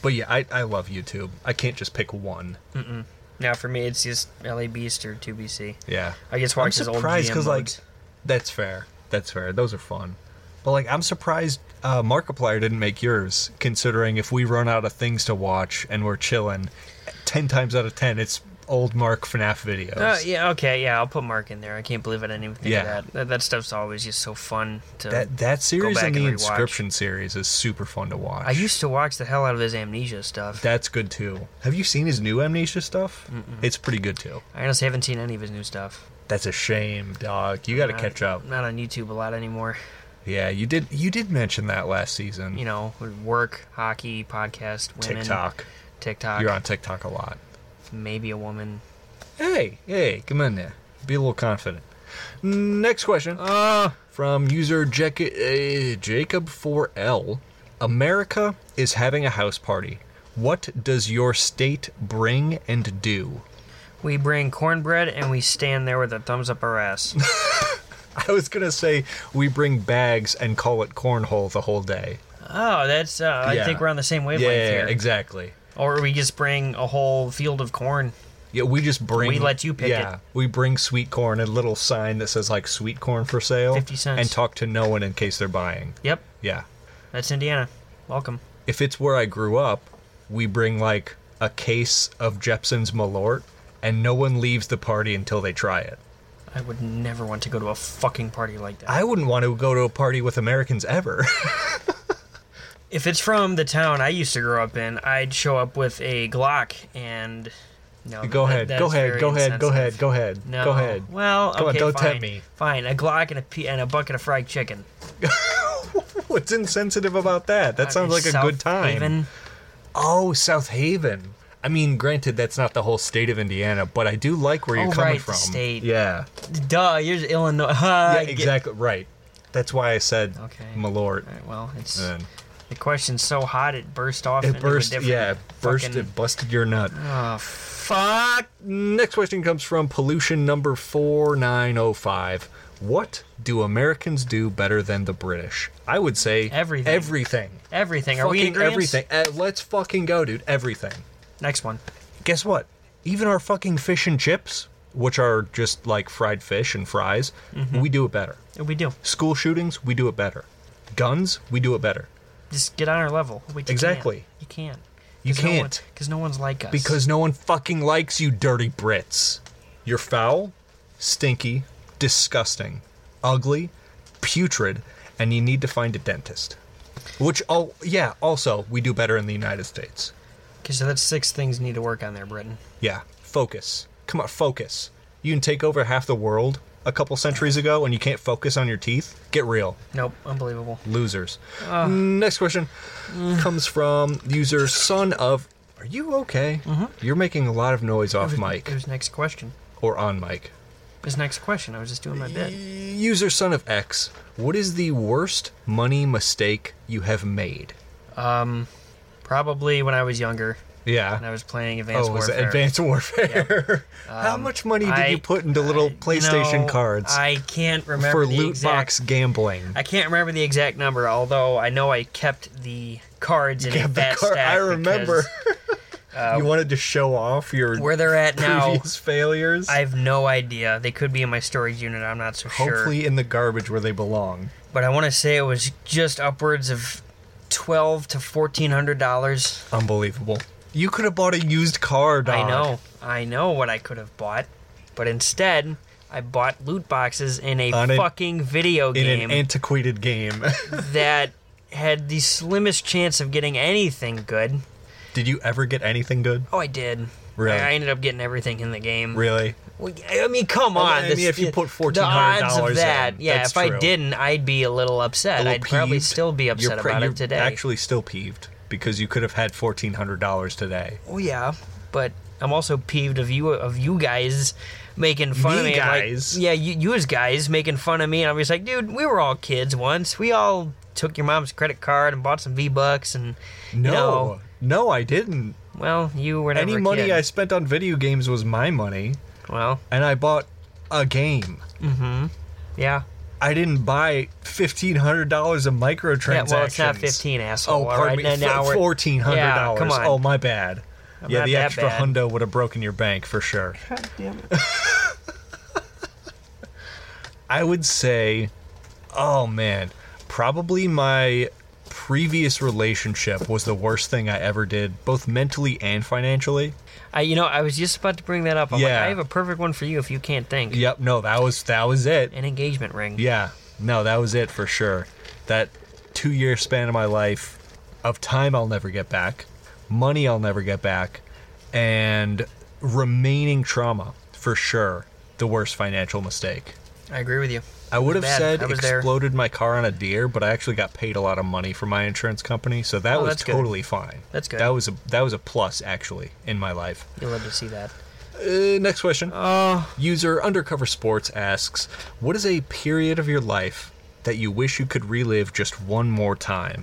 S2: But yeah, I, I love YouTube. I can't just pick one.
S1: Now for me, it's just LA Beast or 2BC.
S2: Yeah.
S1: I just
S2: I'm
S1: watch his old
S2: surprised
S1: GM
S2: cuz
S1: modes.
S2: like that's fair. That's fair. Those are fun. But like I'm surprised uh, Markiplier didn't make yours considering if we run out of things to watch and we're chilling 10 times out of 10 it's old Mark FNAF videos.
S1: Uh, yeah, okay, yeah, I'll put Mark in there. I can't believe I didn't even think
S2: Yeah.
S1: of that. that. That stuff's always just so fun to.
S2: That that series
S1: back
S2: and the
S1: and rewatch.
S2: inscription series is super fun to watch.
S1: I used to watch the hell out of his amnesia stuff.
S2: That's good too. Have you seen his new Amnesia stuff? It's pretty good too.
S1: I honestly haven't seen any of his new stuff.
S2: That's a shame, dog. You got to
S1: Not-
S2: catch up.
S1: Not on YouTube a lot anymore.
S2: Yeah, you did. You did mention that last season.
S1: You know, work, hockey, podcast, women,
S2: TikTok.
S1: TikTok,
S2: You're on TikTok a lot.
S1: maybe a woman.
S2: Hey, hey, come on there. Be a little confident. Next question. Uh, from user Jac- uh, Jacob4L. America is having a house party. What does your state bring and do?
S1: We bring cornbread and we stand there with our thumbs up our ass.
S2: I was gonna say we bring bags and call it cornhole the whole day.
S1: oh, that's. Uh, I
S2: Yeah.
S1: think we're on the same wavelength here.
S2: exactly.
S1: Or we just bring a whole field of corn.
S2: Yeah, we just bring.
S1: We let you pick
S2: Yeah,
S1: it.
S2: we bring sweet corn, a little sign that says like sweet corn for sale,
S1: 50 cents.
S2: and talk to no one in case they're buying.
S1: Yep,
S2: Yeah,
S1: that's Indiana. Welcome.
S2: if it's where I grew up, we bring like a case of Jepson's Malort, and no one leaves the party until they try it.
S1: I would never want to go to a fucking party like that.
S2: I wouldn't want to go to a party with Americans ever.
S1: if it's from the town I used to grow up in, I'd show up with a Glock and no.
S2: go
S1: that-
S2: ahead,
S1: that's
S2: go ahead,
S1: very
S2: go ahead, go ahead,
S1: insensitive.
S2: go ahead,
S1: No.
S2: go ahead.
S1: Well,
S2: Come on,
S1: okay,
S2: don't
S1: fine.
S2: tempt me.
S1: Fine, a Glock and a pe- and a bucket of fried chicken.
S2: What's insensitive about that? That sounds
S1: Uh,
S2: like a
S1: South
S2: good time.
S1: Haven.
S2: Oh, South Haven. I mean, granted, that's not the whole state of Indiana, but I do like where you're
S1: Oh,
S2: coming
S1: right, the
S2: from.
S1: state.
S2: Yeah,
S1: Duh, you're Illinois.
S2: yeah,
S1: I get-
S2: exactly right. That's why I said
S1: Okay.
S2: Malort.
S1: All right, well, it's
S2: And
S1: The question's so hot it burst off.
S2: It
S1: into a
S2: burst,
S1: different
S2: yeah, it burst,
S1: fucking-
S2: it busted your nut.
S1: Oh, f-
S2: Fuck. Next question comes from pollution number 4905. What do Americans do better than the British? I would say
S1: Everything.
S2: Everything.
S1: everything. Are
S2: fucking
S1: we in agreeance?
S2: everything. Uh, let's fucking go, dude. Everything.
S1: Next one.
S2: Guess what? Even our fucking fish and chips, which are just like fried fish and fries,
S1: Mm-hmm.
S2: we do it better.
S1: We do.
S2: School shootings, we do it better. Guns, we do it better.
S1: Just get on our level. We just
S2: Exactly.
S1: Can't. You can't.
S2: You can't.
S1: Because no one's like us.
S2: Because no one fucking likes you, dirty Brits. You're foul, stinky, disgusting, ugly, putrid, and you need to find a dentist. Which, oh, yeah, also, we do better in the United States.
S1: Okay, so that's six things need to work on there, Britain.
S2: Yeah, focus. Come on, focus. You can take over half the world a couple centuries ago and you can't focus on your teeth? Get real.
S1: Nope. Unbelievable.
S2: Losers. Next question comes from user son of. Are you okay? You're making a lot of noise off
S1: Who's-
S2: mic
S1: Who's next question?
S2: or on mic.
S1: His next question. I was just doing my bit.
S2: User son of X, what is the worst money mistake you have made?
S1: Probably when I was younger and I
S2: Yeah.
S1: was playing Advanced
S2: Oh, was
S1: Warfare. Um,
S2: it Advanced Warfare? How much money did
S1: I-
S2: you put into little
S1: I- you
S2: PlayStation
S1: know,
S2: cards
S1: I can't remember
S2: for
S1: the
S2: loot
S1: exact,
S2: box gambling?
S1: I can't remember the exact number, although I know I kept the cards in a
S2: Kept the
S1: fat
S2: card-
S1: stack
S2: I remember.
S1: because uh,
S2: you wanted to show off your
S1: where they're at now.
S2: previous failures.
S1: I have no idea. They could be in my storage unit. I'm not so
S2: Hopefully
S1: sure.
S2: in the garbage where they belong.
S1: But I want to say it was just upwards of twelve to fourteen hundred dollars.
S2: Unbelievable. You could have bought a used car, dog.
S1: I know, I know what I could have bought, but instead I bought loot boxes in a
S2: On a-
S1: fucking video
S2: In
S1: game
S2: an antiquated game.
S1: that had the slimmest chance of getting anything good.
S2: did you ever get anything good?
S1: Oh, I did.
S2: Really?
S1: I, I ended up getting everything in the game.
S2: Really?
S1: Well, I mean, come
S2: Well,
S1: on.
S2: I
S1: this-
S2: mean, if you put
S1: the odds
S2: $1,400
S1: of that,
S2: in,
S1: yeah.
S2: that's
S1: if I
S2: true.
S1: didn't, I'd be a little upset.
S2: little
S1: I'd probably
S2: peeved.
S1: still be upset
S2: You're pre-
S1: about
S2: you're
S1: it today.
S2: Actually, still peeved because you could have had fourteen hundred dollars today.
S1: oh yeah, but I'm also peeved of you of you guys making fun of
S2: Me
S1: me. I'm like-
S2: guys?
S1: yeah, you, you as guys making fun of me, and I'm just like, dude, we were all kids once. We all took your mom's credit card and bought some V bucks, and you
S2: No,
S1: know,
S2: no, I didn't.
S1: well, you were never
S2: Any
S1: a
S2: money
S1: kid.
S2: I spent on video games was my money,
S1: well,
S2: and I bought a game.
S1: yeah.
S2: I didn't buy fifteen hundred dollars of
S1: Yeah,
S2: microtransactions.
S1: well, it's not 15, asshole.
S2: Oh,
S1: all
S2: pardon
S1: right?
S2: me,
S1: Now- now we're-
S2: fourteen hundred
S1: Yeah,
S2: dollars.
S1: come on.
S2: oh, my bad. yeah,
S1: not
S2: the
S1: that
S2: extra
S1: bad.
S2: hundo would have broken your bank for sure. I would say, oh man, probably my previous relationship was the worst thing I ever did, both mentally and financially.
S1: I, you know, I was just about to bring that up. I'm
S2: Yeah.
S1: like, I have a perfect one for you if you can't think.
S2: Yep, no, that was that was it.
S1: An engagement ring.
S2: Yeah, no, that was it for sure. That two year span of my life of time I'll never get back, money I'll never get back, and remaining trauma for sure. The worst financial mistake.
S1: I agree with you.
S2: I would have
S1: Bad.
S2: said
S1: I was there.
S2: exploded my car on a deer, but I actually got paid a lot of money from my insurance company, so that
S1: Oh,
S2: was
S1: that's good.
S2: totally fine.
S1: That's good.
S2: That was a that was a plus actually in my life.
S1: You'll love to see that.
S2: Uh, next question. User Undercover Sports asks, "What is a period of your life that you wish you could relive just one more time?"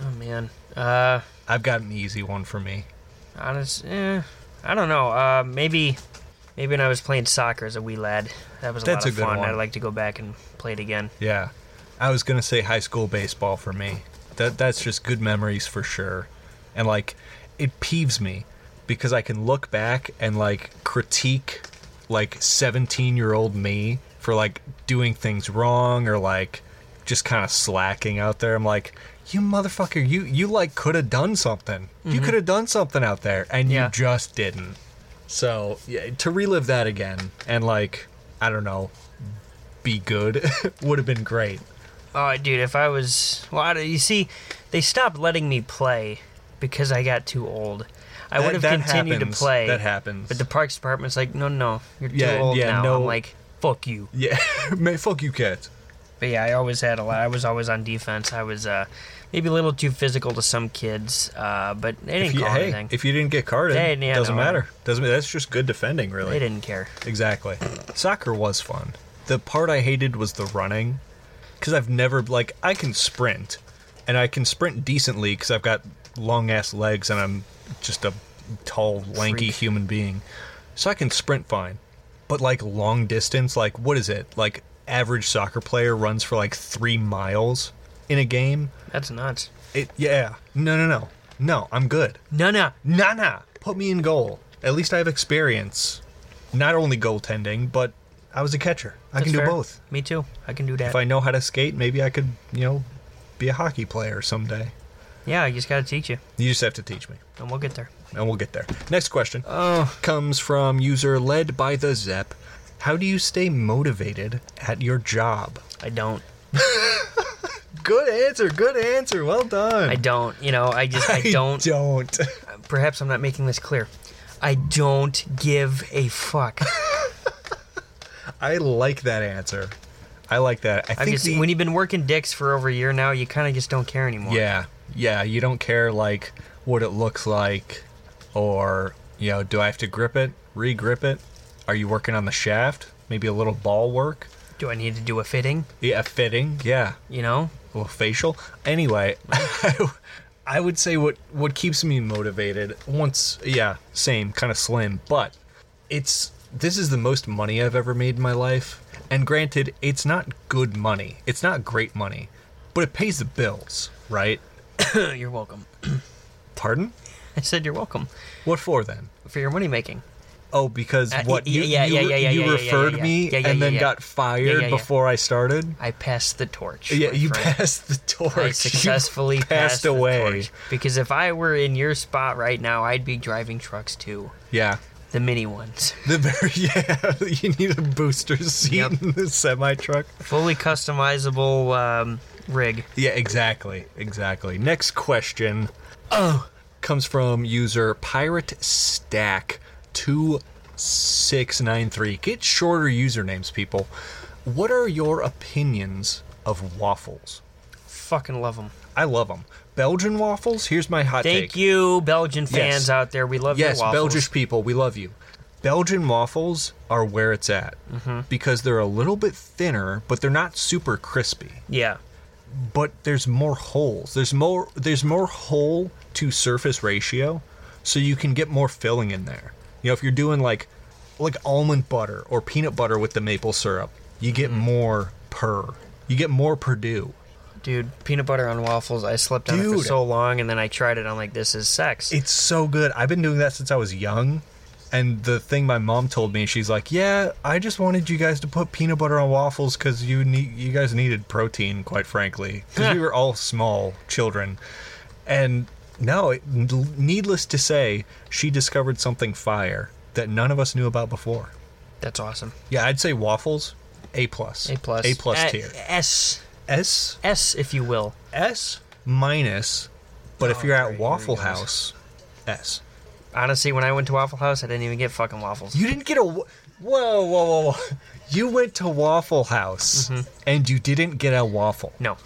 S1: Oh man. Uh,
S2: I've got an easy one for me.
S1: honest. Eh, I don't know. Uh, maybe, maybe when I was playing soccer as a wee lad, that was a lot
S2: That's a
S1: of
S2: good
S1: fun.
S2: one.
S1: I'd like to go back and play it again.
S2: Yeah, I was gonna say high school baseball for me. That that's just good memories for sure, and like it peeves me because I can look back and like critique like seventeen year old me for like doing things wrong or like just kind of slacking out there. I'm like. You motherfucker! You you like could have done something. You could have done something out there, and
S1: Yeah.
S2: you just didn't. So yeah, to relive that again and like I don't know, be good would have been great.
S1: Oh, dude, if I was well, I, don't- you see, they stopped letting me play because I got too old. I
S2: That-
S1: would have
S2: that
S1: continued
S2: happens.
S1: to play.
S2: That happens.
S1: But the parks department's like, no, no, you're too
S2: Yeah,
S1: old
S2: yeah,
S1: now.
S2: no.
S1: I'm like, fuck you.
S2: Yeah, man, fuck you, cat.
S1: But yeah, I always had a lot. I was always on defense. I was uh, maybe a little too physical to some kids, uh, but they didn't
S2: If you,
S1: call
S2: hey,
S1: anything.
S2: if you didn't get carded,
S1: They- yeah,
S2: doesn't
S1: no, I-
S2: matter. Doesn't that's just good defending, really.
S1: they didn't care.
S2: Exactly. Soccer was fun. The part I hated was the running, because I've never like I can sprint, and I can sprint decently because I've got long ass legs and I'm just a tall, lanky
S1: Freak.
S2: human being. So I can sprint fine. But like long distance, like what is it? Like average soccer player runs for like three miles in a game.
S1: That's nuts.
S2: It yeah. No no no. No, I'm good.
S1: No, no.
S2: Nah nah. Put me in goal. At least I have experience. Not only goaltending, but I was a catcher. I
S1: That's
S2: can do
S1: fair.
S2: both.
S1: Me too. I can do that.
S2: If I know how to skate, maybe I could, you know, be a hockey player someday.
S1: yeah, I just gotta teach you,
S2: You just have to teach me,
S1: and we'll get there.
S2: and we'll get there. Next question comes from user led by the Zep. How do you stay motivated at your job?
S1: I don't.
S2: Good answer. Good answer. Well done.
S1: I don't. You know, I just I don't.
S2: don't.
S1: Perhaps I'm not making this clear. I don't give a fuck.
S2: I like that answer. I like that. I
S1: I
S2: think
S1: just
S2: the-
S1: when you've been working dicks for over a year now, you kind of just don't care anymore.
S2: Yeah, yeah. You don't care like what it looks like, or you know, do I have to grip it, re-grip it? Are you working on the shaft? Maybe a little ball work.
S1: Do I need to do a fitting?
S2: Yeah, fitting. Yeah,
S1: You know,
S2: well, facial. Anyway, I, I would say what what keeps me motivated. Once, yeah, same kind of slim, but it's this is the most money I've ever made in my life. And granted, it's not good money. It's not great money, but it pays the bills, right?
S1: you're welcome.
S2: Pardon?
S1: I said you're welcome
S2: What for then?
S1: for your money making.
S2: Oh, because
S1: Uh,
S2: what
S1: y-
S2: you,
S1: yeah,
S2: you,
S1: yeah, yeah, yeah,
S2: you
S1: yeah, yeah,
S2: referred
S1: yeah,
S2: me
S1: yeah, yeah,
S2: and
S1: yeah,
S2: then
S1: yeah.
S2: got fired
S1: Yeah, yeah, yeah.
S2: before I started.
S1: I passed the torch.
S2: Yeah,
S1: my
S2: you
S1: friend.
S2: passed the torch.
S1: I
S2: You
S1: successfully
S2: passed,
S1: passed, the
S2: away.
S1: torch. because if I were in your spot right now, I'd be driving trucks too,
S2: Yeah.
S1: the mini ones,
S2: The very yeah, you need a booster seat
S1: Yep.
S2: in the semi truck.
S1: fully customizable um, rig.
S2: Yeah, exactly, exactly. Next question. Oh, comes from user Pirate Stack two six nine three. Get shorter usernames, people. What are your opinions of waffles?
S1: Fucking love them.
S2: I love them. Belgian waffles. Here's my hot
S1: Thank
S2: take.
S1: you, Belgian fans
S2: Yes.
S1: out there. We love
S2: Yes,
S1: your waffles.
S2: Belgish people, we love you. Belgian waffles are where it's at
S1: Mm-hmm.
S2: because they're a little bit thinner, but they're not super crispy.
S1: Yeah,
S2: But there's more holes. There's more. There's more hole to surface ratio, so you can get more filling in there. You know, if you're doing like like almond butter or peanut butter with the maple syrup, you get
S1: Mm-hmm.
S2: more per. You get more Purdue.
S1: dude, peanut butter on waffles. I slept on it for
S2: Dude.
S1: so long, and then I tried it. I'm like, this is sex.
S2: It's so good. I've been doing that since I was young. And the thing my mom told me, she's like, "Yeah, I just wanted you guys to put peanut butter on waffles because you need you guys needed protein, quite frankly, because we were all small children." And no, it, needless to say, she discovered something fire that none of us knew about before.
S1: That's awesome.
S2: Yeah, I'd say waffles, A plus,
S1: A plus. Eh,
S2: A plus
S1: A-
S2: tier,
S1: S
S2: S
S1: S, if you will.
S2: S minus. But if
S1: Oh,
S2: you're
S1: great, here
S2: at
S1: he
S2: Waffle
S1: goes.
S2: House, S.
S1: Honestly, when I went to Waffle House, I didn't even get fucking waffles.
S2: You didn't get a. wa- Whoa, whoa, whoa. whoa. You went to Waffle House and you didn't get a waffle.
S1: Mm-hmm. no.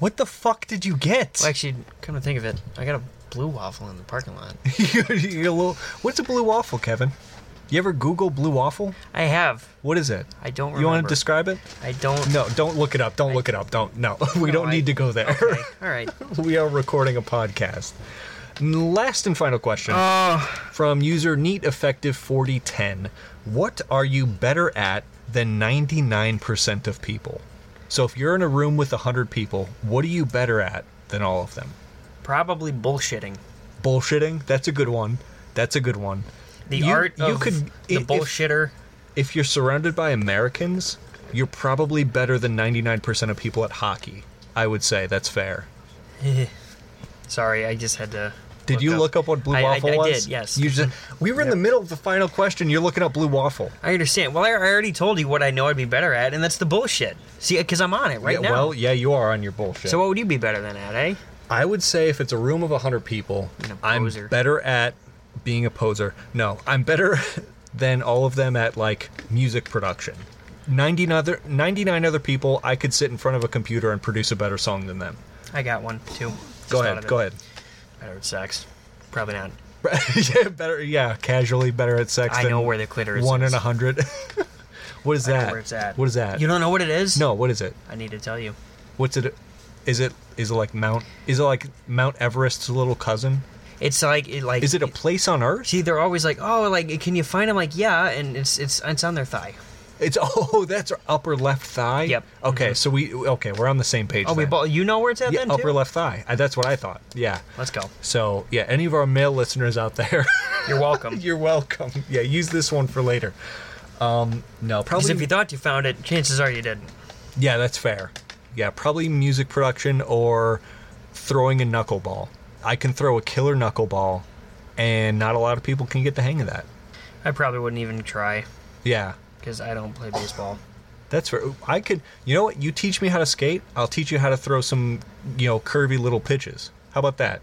S2: What the fuck did you get?
S1: Well, actually, come to think of it, I got a blue waffle in the parking lot.
S2: you, you little, what's a blue waffle, Kevin? You ever Google blue waffle?
S1: I have.
S2: What is it?
S1: I don't remember.
S2: You want to describe it?
S1: I don't.
S2: No, don't look it up. Don't look it up. Don't. No, we
S1: No,
S2: don't
S1: I-
S2: need to go there.
S1: Okay. All right.
S2: we are recording a podcast. And Last and final question
S1: Uh.
S2: from user Neat Effective 4010. What are you better at than 99% of people? So if you're in a room with 100 people, what are you better at than all of them?
S1: Probably bullshitting.
S2: Bullshitting? That's a good one. That's a good one.
S1: The
S2: You-
S1: art
S2: you
S1: of
S2: could-
S1: the
S2: if- if-
S1: bullshitter.
S2: If you're surrounded by Americans, you're probably better than 99% of people at hockey. I would say that's fair.
S1: Sorry, I just had to.
S2: Did you look up what blue
S1: I- I-
S2: waffle
S1: I
S2: was?
S1: did, yes.
S2: You just, we were in the middle of the final question. You're looking up blue waffle.
S1: I understand. Well, I I already told you what I know I'd be better at, and that's the bullshit. See, because I'm on it right
S2: yeah,
S1: now.
S2: Well, yeah, you are on your bullshit.
S1: so what would you be better than at, eh?
S2: I would say if it's a room of 100 people,
S1: Being a
S2: I'm
S1: poser.
S2: better at being a poser. No, I'm better than all of them at like music production. 99 other, 99 other people, I could sit in front of a computer and produce a better song than them.
S1: I got one too.
S2: Go
S1: Just thought of
S2: ahead,
S1: it.
S2: go ahead.
S1: Better at sex. Probably not.
S2: yeah, better, yeah, casually better at sex.
S1: I
S2: than
S1: know where the clitoris
S2: One
S1: is.
S2: in a hundred. what is
S1: I know
S2: that?
S1: where it's at.
S2: What is that?
S1: You don't know what it is?
S2: no, what is it?
S1: I need to tell you.
S2: What's it? Is it is it like Mount is it like Mount Everest's little cousin?
S1: It's like it like
S2: Is it a place on Earth?
S1: See, they're always like, "Oh, like can you find him?" Like, yeah, and it's it's it's on their thigh.
S2: It's oh, that's our upper left thigh.
S1: Yep. Mm-hmm.
S2: Okay, so we okay, we're on the same page.
S1: Oh, we
S2: then.
S1: ball. You know where it's at
S2: yeah,
S1: then
S2: upper
S1: too?
S2: left thigh. Uh, That's what I thought. Yeah.
S1: Let's go.
S2: So yeah, any of our male listeners out there,
S1: You're welcome.
S2: you're welcome. Yeah, use this one for later. Um, no,
S1: Because
S2: probably.
S1: if you thought you found it, chances are you didn't.
S2: yeah, that's fair. Yeah, probably music production or throwing a knuckleball. I can throw a killer knuckleball, and not a lot of people can get the hang of that.
S1: I probably wouldn't even try
S2: Yeah,
S1: because I don't play baseball.
S2: That's fair. I could. You know what? You teach me how to skate. I'll teach you how to throw some, you know, curvy little pitches. How about that?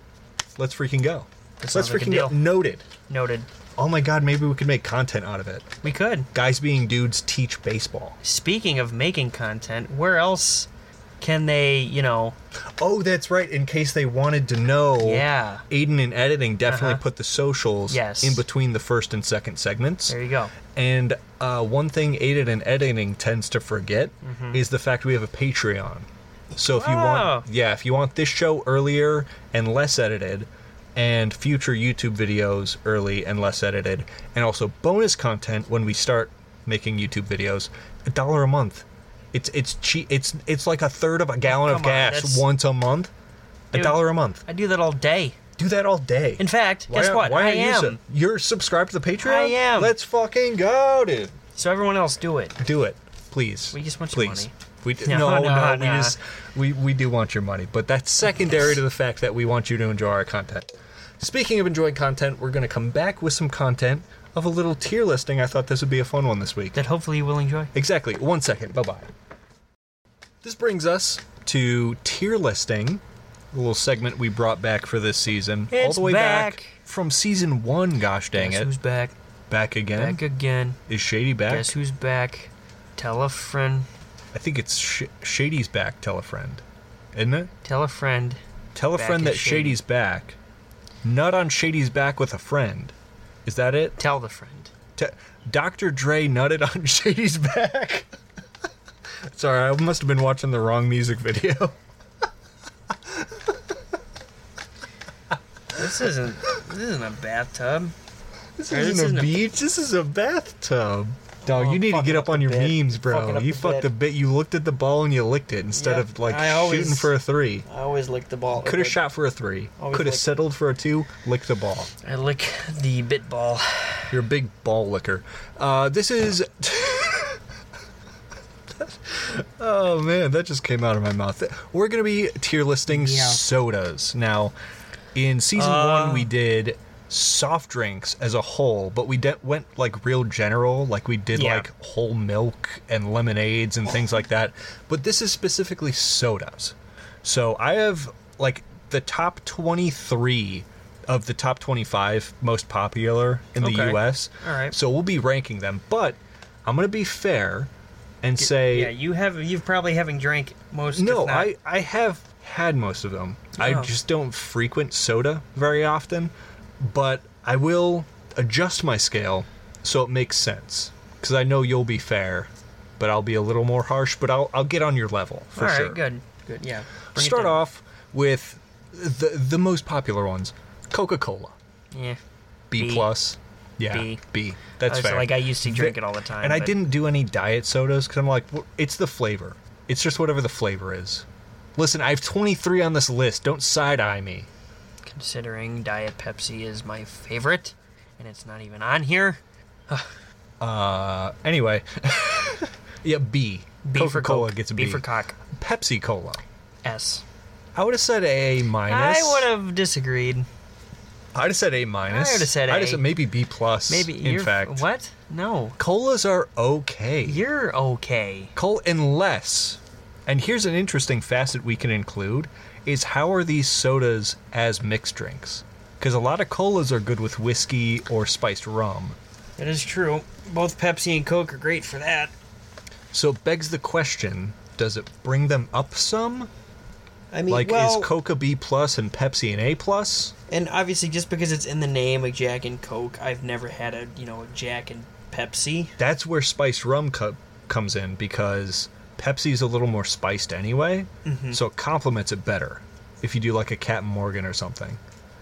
S2: Let's freaking go.
S1: That
S2: Let's
S1: sounds like a
S2: freaking go.
S1: deal.
S2: Noted.
S1: Noted.
S2: Oh my god, maybe we could make content out of it.
S1: We could.
S2: Guys being dudes teach baseball.
S1: Speaking of making content, where else can they, you know,
S2: Oh, that's right. In case they wanted to know,
S1: Yeah.
S2: Aiden in editing definitely
S1: Uh-huh.
S2: put the socials
S1: Yes.
S2: in between the first and second segments.
S1: there you go.
S2: And uh, one thing Aiden in editing tends to forget
S1: Mm-hmm.
S2: is the fact we have a Patreon. So if you want,
S1: Oh.
S2: yeah, if you want this show earlier and less edited, and future YouTube videos early and less edited, and also bonus content when we start making YouTube videos, a dollar a month. It's it's cheap. It's it's like a third of a gallon of
S1: come on,
S2: gas
S1: that's-
S2: once a month. A
S1: Dude.
S2: dollar a month.
S1: I do that all day.
S2: Do that all day.
S1: In fact,
S2: Why
S1: guess
S2: aren't-
S1: what?
S2: Why
S1: I
S2: aren't You
S1: am.
S2: sub- you're subscribed to the Patreon.
S1: I am.
S2: Let's fucking go, dude.
S1: So everyone else do it.
S2: Do it, please.
S1: We just want your
S2: please.
S1: money.
S2: We d- no,
S1: No,
S2: no,
S1: no,
S2: we
S1: no.
S2: just we, we do want your money, but that's secondary to the fact that we want you to enjoy our content. Speaking of enjoying content, we're going to come back with some content of a little tier listing. I thought this would be a fun one this week.
S1: That hopefully you will enjoy.
S2: Exactly. One second. Bye bye. This brings us to tier listing, a little segment we brought back for this season, all
S1: It's
S2: the way back.
S1: back.
S2: from season one. Gosh dang
S1: Guess
S2: it!
S1: who's back?
S2: Back again?
S1: Back again.
S2: Is Shady back?
S1: Guess who's back? Tell a friend.
S2: I think it's Sh- Shady's back. Tell a friend, isn't it?
S1: Tell a friend.
S2: Tell a
S1: Back
S2: friend
S1: is
S2: that
S1: Shady.
S2: Shady's back. Nut on Shady's back with a friend. Is that it?
S1: Tell the friend.
S2: T- Dr. Dre nutted on Shady's back. Sorry, I must have been watching the wrong music video.
S1: This isn't. This isn't a bathtub.
S2: This
S1: Or
S2: isn't,
S1: this isn't
S2: a
S1: a-
S2: beach. This is a bathtub. Dog,
S1: Oh,
S2: you need to
S1: fucking
S2: get up
S1: up
S2: on
S1: the
S2: your
S1: bit.
S2: memes,
S1: Fucking
S2: bro.
S1: up
S2: You
S1: the
S2: fucked
S1: bit.
S2: the bit. You looked at the ball and you licked it instead
S1: Yeah,
S2: of like
S1: I always-
S2: shooting for a three.
S1: I always lick the ball.
S2: Could have shot for a three.
S1: Always
S2: Could have
S1: lick it.
S2: settled for a two. Licked the ball.
S1: I lick the bit ball.
S2: You're a big ball licker. Uh, this is. oh man, that just came out of my mouth. We're gonna be tier listing
S1: Yeah. Uh,
S2: sodas now. In season one, we did soft drinks as a whole, but we de- went like real general, like we did
S1: Yeah.
S2: like whole milk and lemonades and things like that. But this is specifically sodas. So I have like the top 23 of the top 25 most popular in the
S1: Okay.
S2: US.
S1: All right.
S2: So we'll be ranking them, but I'm going to be fair and say
S1: Yeah, you have. You've probably having drank most. if
S2: no,
S1: not-
S2: I I have had most of them. I
S1: Oh.
S2: just don't frequent soda very often, but I will adjust my scale so it makes sense cuz I know you'll be fair, but I'll be a little more harsh, but I'll I'll get on your level for
S1: All right,
S2: sure.
S1: good, good. Yeah. Bring it
S2: Start
S1: down.
S2: off with the the most popular ones. Coca-Cola.
S1: Yeah.
S2: B,
S1: B.
S2: plus. Yeah. B.
S1: B.
S2: That's
S1: I was
S2: fair.
S1: Like I used to drink
S2: Ve-
S1: it all the time.
S2: and I
S1: but-
S2: didn't do any diet sodas because I'm like, "Well, it's the flavor. It's just whatever the flavor is. Listen, I have 23 on this list. Don't side eye me.
S1: Considering Diet Pepsi is my favorite, and it's not even on here.
S2: Uh, anyway, yeah, B.
S1: B for
S2: Coca-Cola
S1: Coke,
S2: gets a B.
S1: B for cock.
S2: Pepsi Cola.
S1: S.
S2: I would have said A minus.
S1: I would have disagreed.
S2: I'd have said A minus.
S1: I would've said
S2: I'd have
S1: A.
S2: said maybe B plus.
S1: Maybe
S2: in
S1: you're,
S2: fact,
S1: What? No.
S2: colas are okay.
S1: You're okay.
S2: Cole, unless, and here's an interesting facet we can include, is how are these sodas as mixed drinks? Because a lot of colas are good with whiskey or spiced rum.
S1: That is true. Both Pepsi and Coke are great for that.
S2: So it begs the question: Does it bring them up some?
S1: I mean,
S2: Like,
S1: well,
S2: is Coca B plus and Pepsi an A plus?
S1: and obviously just because it's in the name of Jack and Coke, I've never had a you know a Jack and Pepsi.
S2: That's where spiced rum co- comes in because Pepsi's a little more spiced anyway,
S1: Mm-hmm.
S2: so it complements it better if you do like a Captain Morgan or something.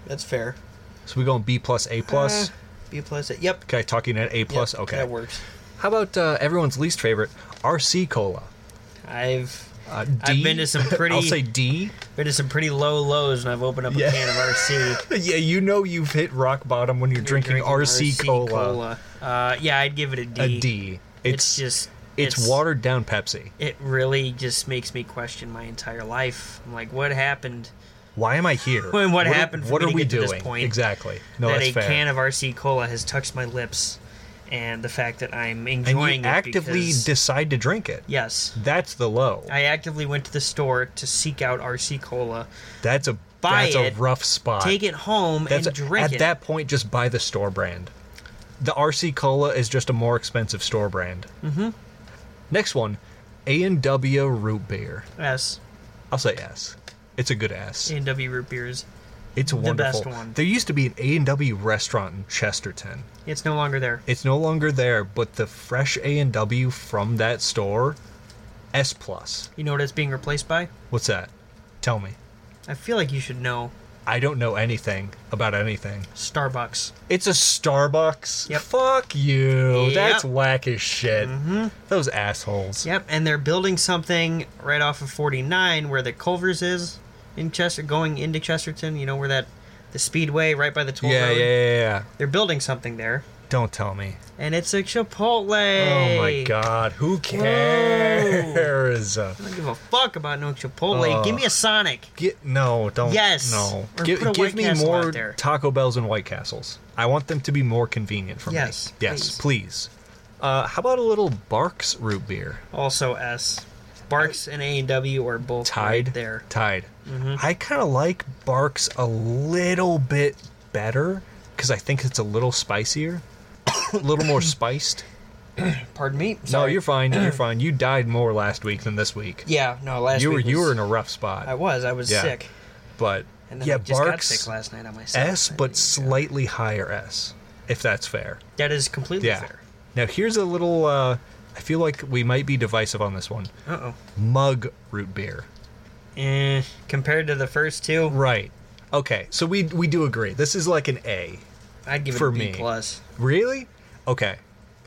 S1: That's fair.
S2: So we going B plus A plus.
S1: Uh, B plus. Yep. yep,
S2: okay, talking at A plus. okay,
S1: That works.
S2: How about uh, everyone's least favorite RC cola?
S1: I've
S2: Uh,
S1: I've been to some pretty-
S2: I'll say D.
S1: been to some pretty low lows, and I've opened up a
S2: Yeah.
S1: can of RC.
S2: Yeah, you know you've hit rock bottom when you're, drinking, RC, cola.
S1: Uh, yeah, I'd give it a D.
S2: A D.
S1: It's,
S2: It's,
S1: just
S2: it's, watered down Pepsi.
S1: It really just makes me question my entire life. I'm like, what happened?
S2: Why am I here?
S1: When what happened for
S2: What
S1: me
S2: are
S1: to
S2: we
S1: get to
S2: doing?
S1: this point?
S2: Exactly. No,
S1: that
S2: that's
S1: a
S2: fair.
S1: can of RC cola has touched my lips, and the fact that I'm
S2: and
S1: enjoying
S2: you
S1: it
S2: actively
S1: because-
S2: decide to drink it.
S1: yes,
S2: That's the low.
S1: I actively went to the store to seek out RC cola,
S2: that's a
S1: Buy
S2: that's
S1: it,
S2: a rough spot.
S1: take it home,
S2: that's
S1: and drink
S2: at
S1: it.
S2: that point just buy the store brand. The RC cola is just a more expensive store brand. Mm-hmm. Next one, A and W root beer.
S1: yes,
S2: I'll say S. It's a good S.
S1: A and W root beers.
S2: It's wonderful.
S1: best one.
S2: There used to be an A and W restaurant in Chesterton.
S1: It's no longer there.
S2: It's no longer there, but the fresh A and W from that store, S plus.
S1: You know what it's being replaced by?
S2: What's that? Tell me.
S1: I feel like you should know.
S2: I don't know anything about anything.
S1: Starbucks.
S2: It's a Starbucks.
S1: Yep.
S2: Fuck you.
S1: Yep. Mm-hmm.
S2: That's whack as shit. Those assholes.
S1: Yep, and they're building something right off of 49 where the Culver's is in Chester, going into Chesterton. You know where that the speedway right by the toll
S2: Yeah, yeah,
S1: road.
S2: yeah, yeah.
S1: They're building something there,
S2: Don't tell me.
S1: and it's a Chipotle.
S2: Oh my god. Who cares?
S1: I don't give a fuck about no Chipotle.
S2: Ugh.
S1: Give me a Sonic.
S2: Get no, don't.
S1: Yes.
S2: no.
S1: Or
S2: Gi-
S1: put a
S2: give
S1: White
S2: me
S1: Castle
S2: more
S1: out there.
S2: Taco Bells and White Castles. I want them to be more convenient for
S1: Yes,
S2: me. Yes, please. Uh, how about a little Barks root beer?
S1: Also S. Barks and A and W are both
S2: Tide
S1: right there. Mm-hmm.
S2: Tide. I kind of like Barks a little bit better because I think it's a little spicier, a little more spiced.
S1: Pardon me.
S2: No,
S1: Sorry.
S2: you're fine. You're fine. You died more last week than this week.
S1: Yeah. No. Last
S2: you were
S1: week
S2: you
S1: was-
S2: were in a rough spot.
S1: I was. I was
S2: Yeah.
S1: sick.
S2: but
S1: And then
S2: yeah,
S1: I just got
S2: Barks
S1: sick last night on my side.
S2: S, but slightly higher S, if that's fair.
S1: that is completely
S2: Yeah.
S1: fair.
S2: Now here's a little. Uh, I feel like we might be divisive on this one.
S1: Uh oh.
S2: Mug root beer.
S1: Eh, compared to the first two,
S2: Right. Okay. So we we do agree. This is like an A.
S1: I'd give it
S2: For
S1: a B
S2: me.
S1: plus.
S2: Really? Okay.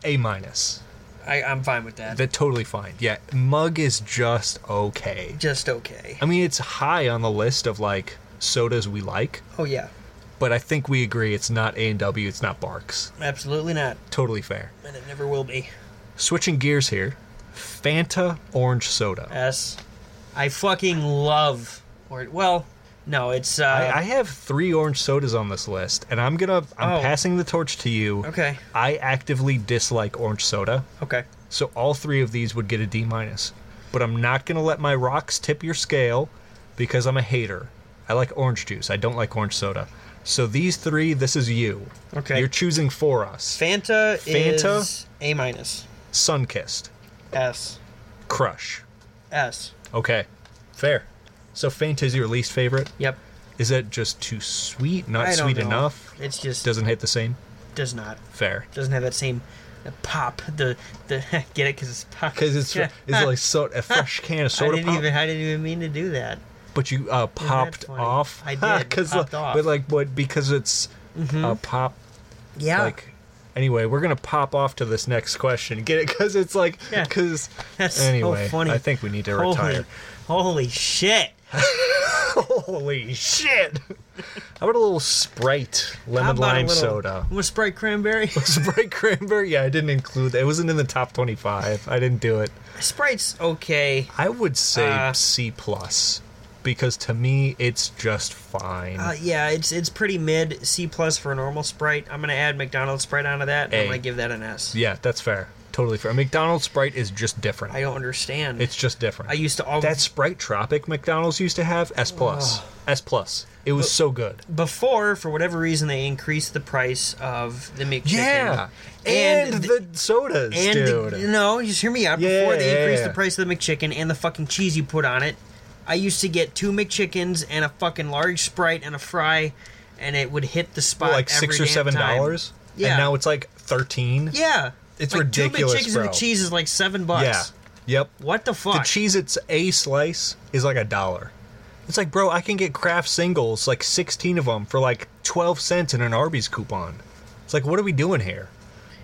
S2: A minus.
S1: I, I'm fine with that.
S2: That totally fine. Yeah. Mug is just okay.
S1: Just okay.
S2: I mean, it's high on the list of like sodas we like,
S1: Oh yeah,
S2: but I think we agree it's not A and W. It's not Barks.
S1: absolutely not,
S2: Totally fair.
S1: and it never will be.
S2: Switching gears here. Fanta orange soda.
S1: S. I fucking love. Or well, no, it's. Uh,
S2: I, I have three orange sodas on this list, and I'm gonna I'm
S1: Oh.
S2: passing the torch to you.
S1: Okay.
S2: I actively dislike orange soda,
S1: okay.
S2: so all three of these would get a D minus. But I'm not gonna let my rocks tip your scale because I'm a hater. I like orange juice. I don't like orange soda. So these three, this is you.
S1: Okay.
S2: You're choosing for us.
S1: Fanta,
S2: Fanta?
S1: is A minus.
S2: Sunkissed.
S1: S.
S2: Crush.
S1: S.
S2: Okay. Fair. So Fanta is your least favorite.
S1: Yep.
S2: Is that just too sweet? Not
S1: I don't
S2: sweet
S1: know.
S2: enough?
S1: It's just does,
S2: Doesn't hit the same?
S1: does not
S2: Fair.
S1: doesn't have that same uh, pop. The the get it because it's pop.
S2: because it's
S1: Yeah.
S2: it's like so, a fresh can of
S1: I
S2: soda
S1: didn't
S2: pop,
S1: even I didn't even mean to do that.
S2: but you uh, popped
S1: funny?
S2: off.
S1: I did, popped
S2: like,
S1: off. Mm-hmm.
S2: But like, but because it's uh, pop,
S1: Yeah.
S2: like. Anyway, we're gonna pop off to this next question. Get it? Because it's like,
S1: Yeah.
S2: because
S1: That's
S2: anyway,
S1: so funny.
S2: I think we need to
S1: holy,
S2: retire.
S1: Holy shit.
S2: Holy shit! How about a little Sprite
S1: How
S2: lemon
S1: about a
S2: lime
S1: little-
S2: soda?
S1: You want Sprite cranberry?
S2: Sprite cranberry? Yeah, I didn't include that. It wasn't in the top twenty-five. I didn't do it.
S1: Sprite's okay.
S2: I would say
S1: Uh,
S2: C plus because to me it's just fine.
S1: Uh, yeah, it's it's pretty mid C plus for a normal Sprite. I'm gonna add McDonald's Sprite onto that. And
S2: A.
S1: I'm gonna give that an S. I
S2: yeah, that's fair. Totally fair. McDonald's Sprite is just different.
S1: don't understand.
S2: it's just different.
S1: I used to always
S2: that Sprite Tropic McDonald's used to have S plus. S plus. It was so good.
S1: before for whatever reason they increased the price of the McChicken.
S2: and,
S1: and,
S2: the, sodas,
S1: and
S2: dude.
S1: the, no, just hear me out. Before
S2: Yeah,
S1: they
S2: yeah,
S1: increased
S2: yeah.
S1: the price of the McChicken and the fucking cheese you put on it, I used to get two McChickens and a fucking large Sprite and a fry, and it would hit the spot
S2: like six
S1: every
S2: or
S1: damn
S2: seven
S1: time.
S2: dollars.
S1: Yeah.
S2: And now it's like thirteen.
S1: Yeah,
S2: It's
S1: like
S2: ridiculous,
S1: Two McChickens
S2: bro.
S1: and a cheese is like seven bucks.
S2: Yeah. Yep.
S1: What the
S2: The
S1: fuck?
S2: Cheez Its A slice is like a dollar. It's like, bro, I can get craft singles, like 16 of them, for like 12 cents in an Arby's coupon. It's like, what are we doing here?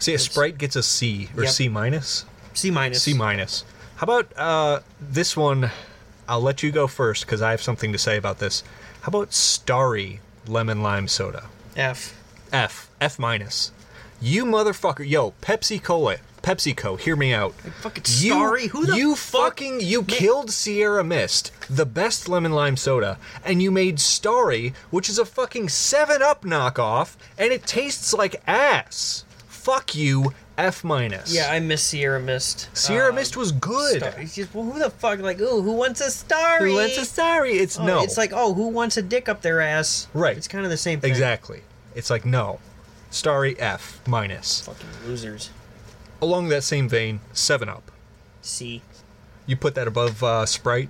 S2: See, a Sprite gets a C or
S1: Yep.
S2: C minus.
S1: C minus.
S2: C minus. How about uh, this one? I'll let you go first because I have something to say about this. How about Starry Lemon Lime Soda?
S1: F.
S2: F. F minus. You motherfucker. Yo, Pepsi Cola. PepsiCo, hear me out.
S1: fucking Starry? Who the
S2: You
S1: fuck-
S2: fucking you killed Sierra Mist, the best lemon lime soda, and you made Starry, which is a fucking 7 Up knockoff, and it tastes like ass. Fuck you, F minus.
S1: Yeah, I miss Sierra Mist.
S2: Sierra
S1: Um,
S2: Mist was good.
S1: Star- it's just, well, who the fuck? Like, ooh, who wants a starry?
S2: Who wants a starry? It's
S1: Oh,
S2: no.
S1: It's like, oh, who wants a dick up their ass?
S2: Right.
S1: It's kind of the same thing.
S2: exactly. It's like no. Starry F minus.
S1: Fucking losers.
S2: Along that same vein, Seven Up.
S1: C.
S2: You put that above uh, Sprite.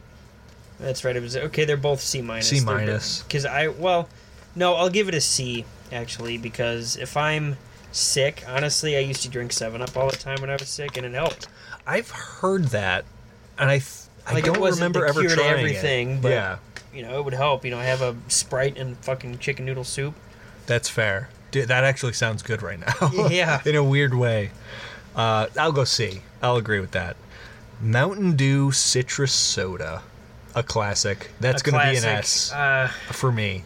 S1: That's right. It was okay. They're both C minus.
S2: C minus.
S1: Because I well, no, I'll give it a C actually because if I'm sick, honestly, I used to drink Seven Up all the time when I was sick, and it helped.
S2: I've heard that, and I th- I
S1: Like, it
S2: don't
S1: wasn't
S2: remember
S1: the
S2: ever
S1: cure to
S2: trying
S1: everything,
S2: it.
S1: but-
S2: Yeah,
S1: You know, it would help. You know, have a Sprite and fucking chicken noodle soup.
S2: that's fair. Dude, that actually sounds good right now.
S1: Yeah.
S2: in a weird way. Uh, I'll go C. I'll agree with that. Mountain Dew citrus soda, a classic. That's
S1: A
S2: going to be an
S1: classic,
S2: S.
S1: Uh,
S2: for me.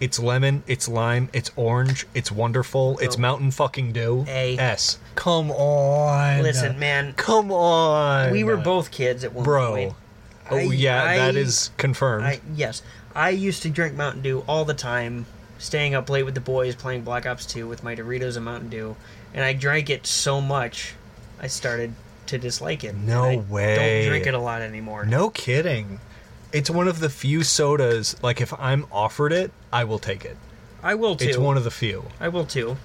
S2: It's lemon, it's lime, it's orange, it's wonderful, it's
S1: Oh.
S2: mountain fucking dew.
S1: A.
S2: S. Come on.
S1: listen, man,
S2: Come on.
S1: we were both kids at one
S2: Bro.
S1: point.
S2: Oh
S1: I-
S2: yeah, that
S1: I-
S2: is confirmed.
S1: I yes, I used to drink Mountain Dew all the time, staying up late with the boys playing Black Ops 2 with my Doritos and Mountain Dew, and I drank it so much, I started to dislike it.
S2: No
S1: and I
S2: way.
S1: Don't drink it a lot anymore.
S2: no kidding. It's one of the few sodas like if I'm offered it, I will take it.
S1: I will too.
S2: It's one of the few.
S1: I will too.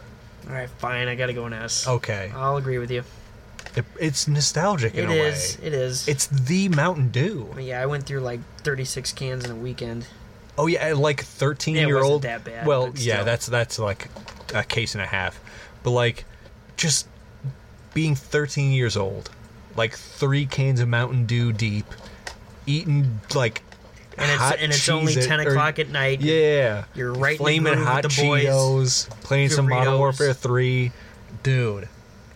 S1: All right, fine. I gotta go an S.
S2: Okay.
S1: I'll agree with you.
S2: It- it's nostalgic in
S1: It
S2: a
S1: is.
S2: way.
S1: It is.
S2: It's the Mountain Dew.
S1: yeah, I went through like 36 cans in a weekend.
S2: Oh yeah, like thirteen
S1: It
S2: year
S1: wasn't
S2: old.
S1: that bad,
S2: well,
S1: but
S2: yeah,
S1: still.
S2: that's that's like a case and a half, but like just being thirteen years old, like three cans of Mountain Dew deep, eating like
S1: And it's,
S2: hot
S1: and it's only
S2: Cheez-It-
S1: 10
S2: or-
S1: o'clock at night.
S2: Yeah,
S1: You're right in the
S2: flaming
S1: groove with
S2: hot
S1: the boys.
S2: Cheetos, playing some Modern
S1: Doritos.
S2: Warfare Three, dude.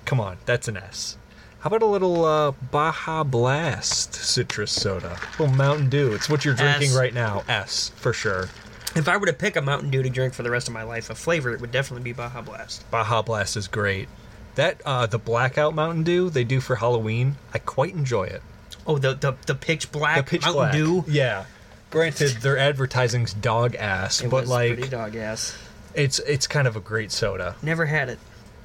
S2: Come on, that's an S. How about a little uh, Baja Blast citrus soda? little Mountain Dew. It's what you're drinking
S1: S.
S2: right now. S for sure.
S1: If I were to pick a Mountain Dew to drink for the rest of my life, a flavor, it would definitely be Baja Blast.
S2: Baja Blast is great. That uh, the blackout Mountain Dew they do for Halloween, I quite enjoy it.
S1: Oh, the the, the pitch black
S2: The pitch
S1: Mountain
S2: black,
S1: Dew.
S2: yeah. Granted, their advertising's dog ass,
S1: It
S2: but
S1: was pretty
S2: like
S1: dog ass.
S2: it's it's kind of a great soda.
S1: Never had it.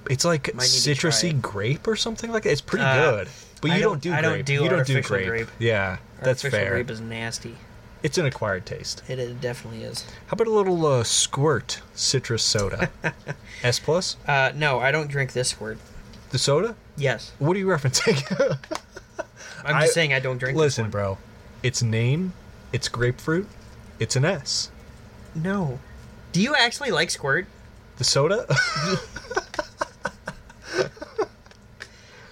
S2: It's like
S1: need to try
S2: citrusy
S1: it.
S2: grape or something like that. It's pretty
S1: Uh,
S2: good, but you
S1: I
S2: don't,
S1: don't-
S2: do
S1: I
S2: grape.
S1: don't do
S2: you don't do
S1: artificial
S2: grape.
S1: grape.
S2: Yeah, that's
S1: Artificial
S2: fair.
S1: grape is nasty.
S2: It's an acquired taste.
S1: It, it definitely is.
S2: How about a little uh, squirt citrus soda? S plus
S1: Uh, no, I don't drink this word.
S2: the soda.
S1: Yes,
S2: What are you referencing?
S1: I'm
S2: I-
S1: just saying I don't drink. this
S2: Listen, bro. Its name, it's grapefruit, it's an S.
S1: one. no. Do you actually like Squirt?
S2: The soda?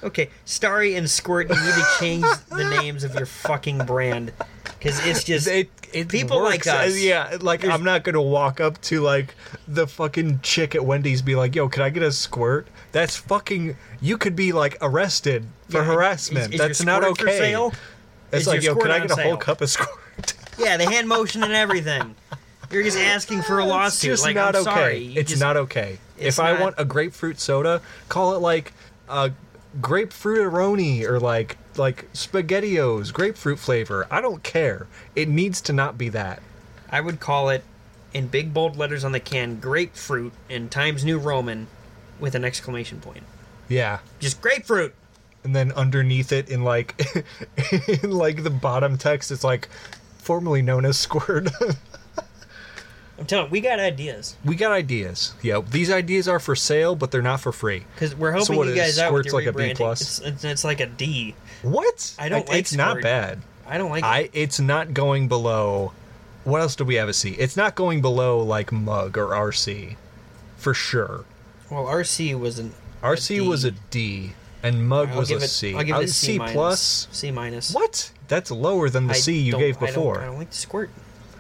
S1: Okay, Starry and Squirt. You need to change the names of your fucking brand because it's just
S2: it, it
S1: People like
S2: works as-
S1: us.
S2: Yeah, like I'm not gonna walk up to like the fucking chick at Wendy's be like, "Yo, can I get a squirt?" That's fucking. You could be like arrested for
S1: Yeah,
S2: harassment.
S1: is- is your
S2: That's not
S1: Squirt
S2: okay.
S1: For sale?
S2: It's
S1: Is
S2: like,
S1: your
S2: yo, can
S1: Squirt
S2: I
S1: on
S2: get a whole
S1: sale?
S2: cup of squirt?
S1: Yeah, the hand motion and everything. You're just asking for a
S2: It's
S1: lawsuit.
S2: just
S1: like
S2: not
S1: I'm
S2: okay.
S1: sorry. you
S2: It's
S1: just-
S2: not okay.
S1: It's
S2: if I
S1: not-
S2: want a grapefruit soda, call it like a grapefruiteroni or like like spaghettios, grapefruit flavor. I don't care. It needs to not be that.
S1: I would call it, in big bold letters on the can, grapefruit and Times New Roman with an exclamation point.
S2: Yeah.
S1: Just grapefruit!
S2: And then underneath it in like in like the bottom text it's like formerly known as squirt.
S1: I'm telling we got ideas.
S2: we got ideas. Yeah, these ideas are for sale, but they're not for free.
S1: Because we're helping
S2: what
S1: you
S2: is
S1: guys out with
S2: Squirt's
S1: your
S2: like a B
S1: rebranding.
S2: plus?
S1: It's, it's, it's like a D.
S2: What?
S1: I don't like
S2: it's not
S1: Squirt.
S2: bad.
S1: I don't like it.
S2: I it's not going below. What else do we have a C? It's not going below like mug or RC, for sure.
S1: Well, RC was an.
S2: RC
S1: D.
S2: was a D. and mug
S1: I'll
S2: was
S1: give
S2: a
S1: it-
S2: C.
S1: I'll give
S2: I
S1: it a
S2: was
S1: C
S2: C
S1: minus.
S2: plus.
S1: C minus.
S2: What? That's lower than the
S1: I
S2: C you
S1: don't-
S2: gave
S1: I don't-
S2: before.
S1: I don't like to squirt.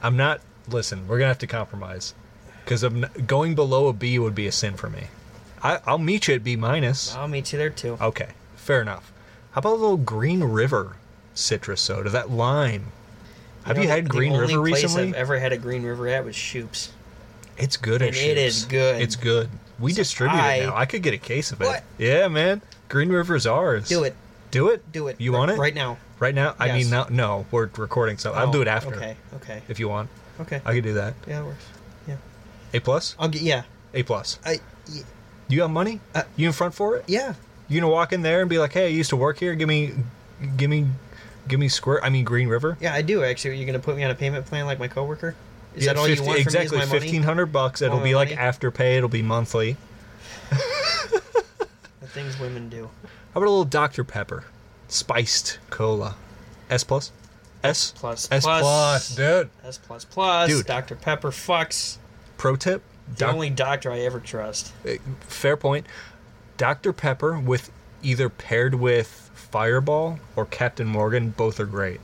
S2: I'm not. Listen, we're gonna have to compromise because I'm n going below a B would be a sin for me. I, I'll meet you at B minus.
S1: I'll meet you there Oh, too.
S2: Okay, fair enough. How about a little Green River citrus soda? That lime. Have you
S1: know,
S2: had
S1: the-
S2: Green
S1: the
S2: River
S1: only place
S2: recently?
S1: I've ever had a Green River at was Shoops.
S2: It's good.
S1: And it is good.
S2: It's good. We distribute
S1: I-
S2: it now. I could get a case of it.
S1: What?
S2: Yeah, man. Green River's ours.
S1: Do it.
S2: Do it.
S1: Do it.
S2: You
S1: right,
S2: want it
S1: right now?
S2: Right now? I mean,
S1: Yes.
S2: no, no. We're recording, so I'll
S1: Oh,
S2: do it after
S1: Okay. Okay.
S2: if you want.
S1: Okay.
S2: I could do that.
S1: yeah, that works. Yeah.
S2: A plus.
S1: I'll get. Yeah.
S2: A plus.
S1: I. y-
S2: You got money?
S1: Uh,
S2: you in front for it?
S1: Yeah.
S2: You gonna walk in there and be like, "Hey, I used to work here. Give me, give me, give me squirt. I mean, Green River.
S1: Yeah, I do actually. You're gonna put me on a payment plan like my coworker? Is
S2: Yeah,
S1: that all
S2: 50
S1: you want
S2: exactly
S1: from me? Is my
S2: fifteen
S1: money?
S2: hundred bucks. It'll
S1: Want my
S2: be like
S1: money?
S2: after pay. It'll be monthly.
S1: The things women do.
S2: How about a little Dr Pepper, spiced cola, S plus, S
S1: Plus.
S2: S
S1: Plus.
S2: plus, dude.
S1: S plus plus.
S2: Dude.
S1: Dr Pepper fucks.
S2: Pro tip,
S1: The
S2: doc-
S1: only doctor I ever trust.
S2: fair point. Dr Pepper with either paired with Fireball or Captain Morgan, both are great,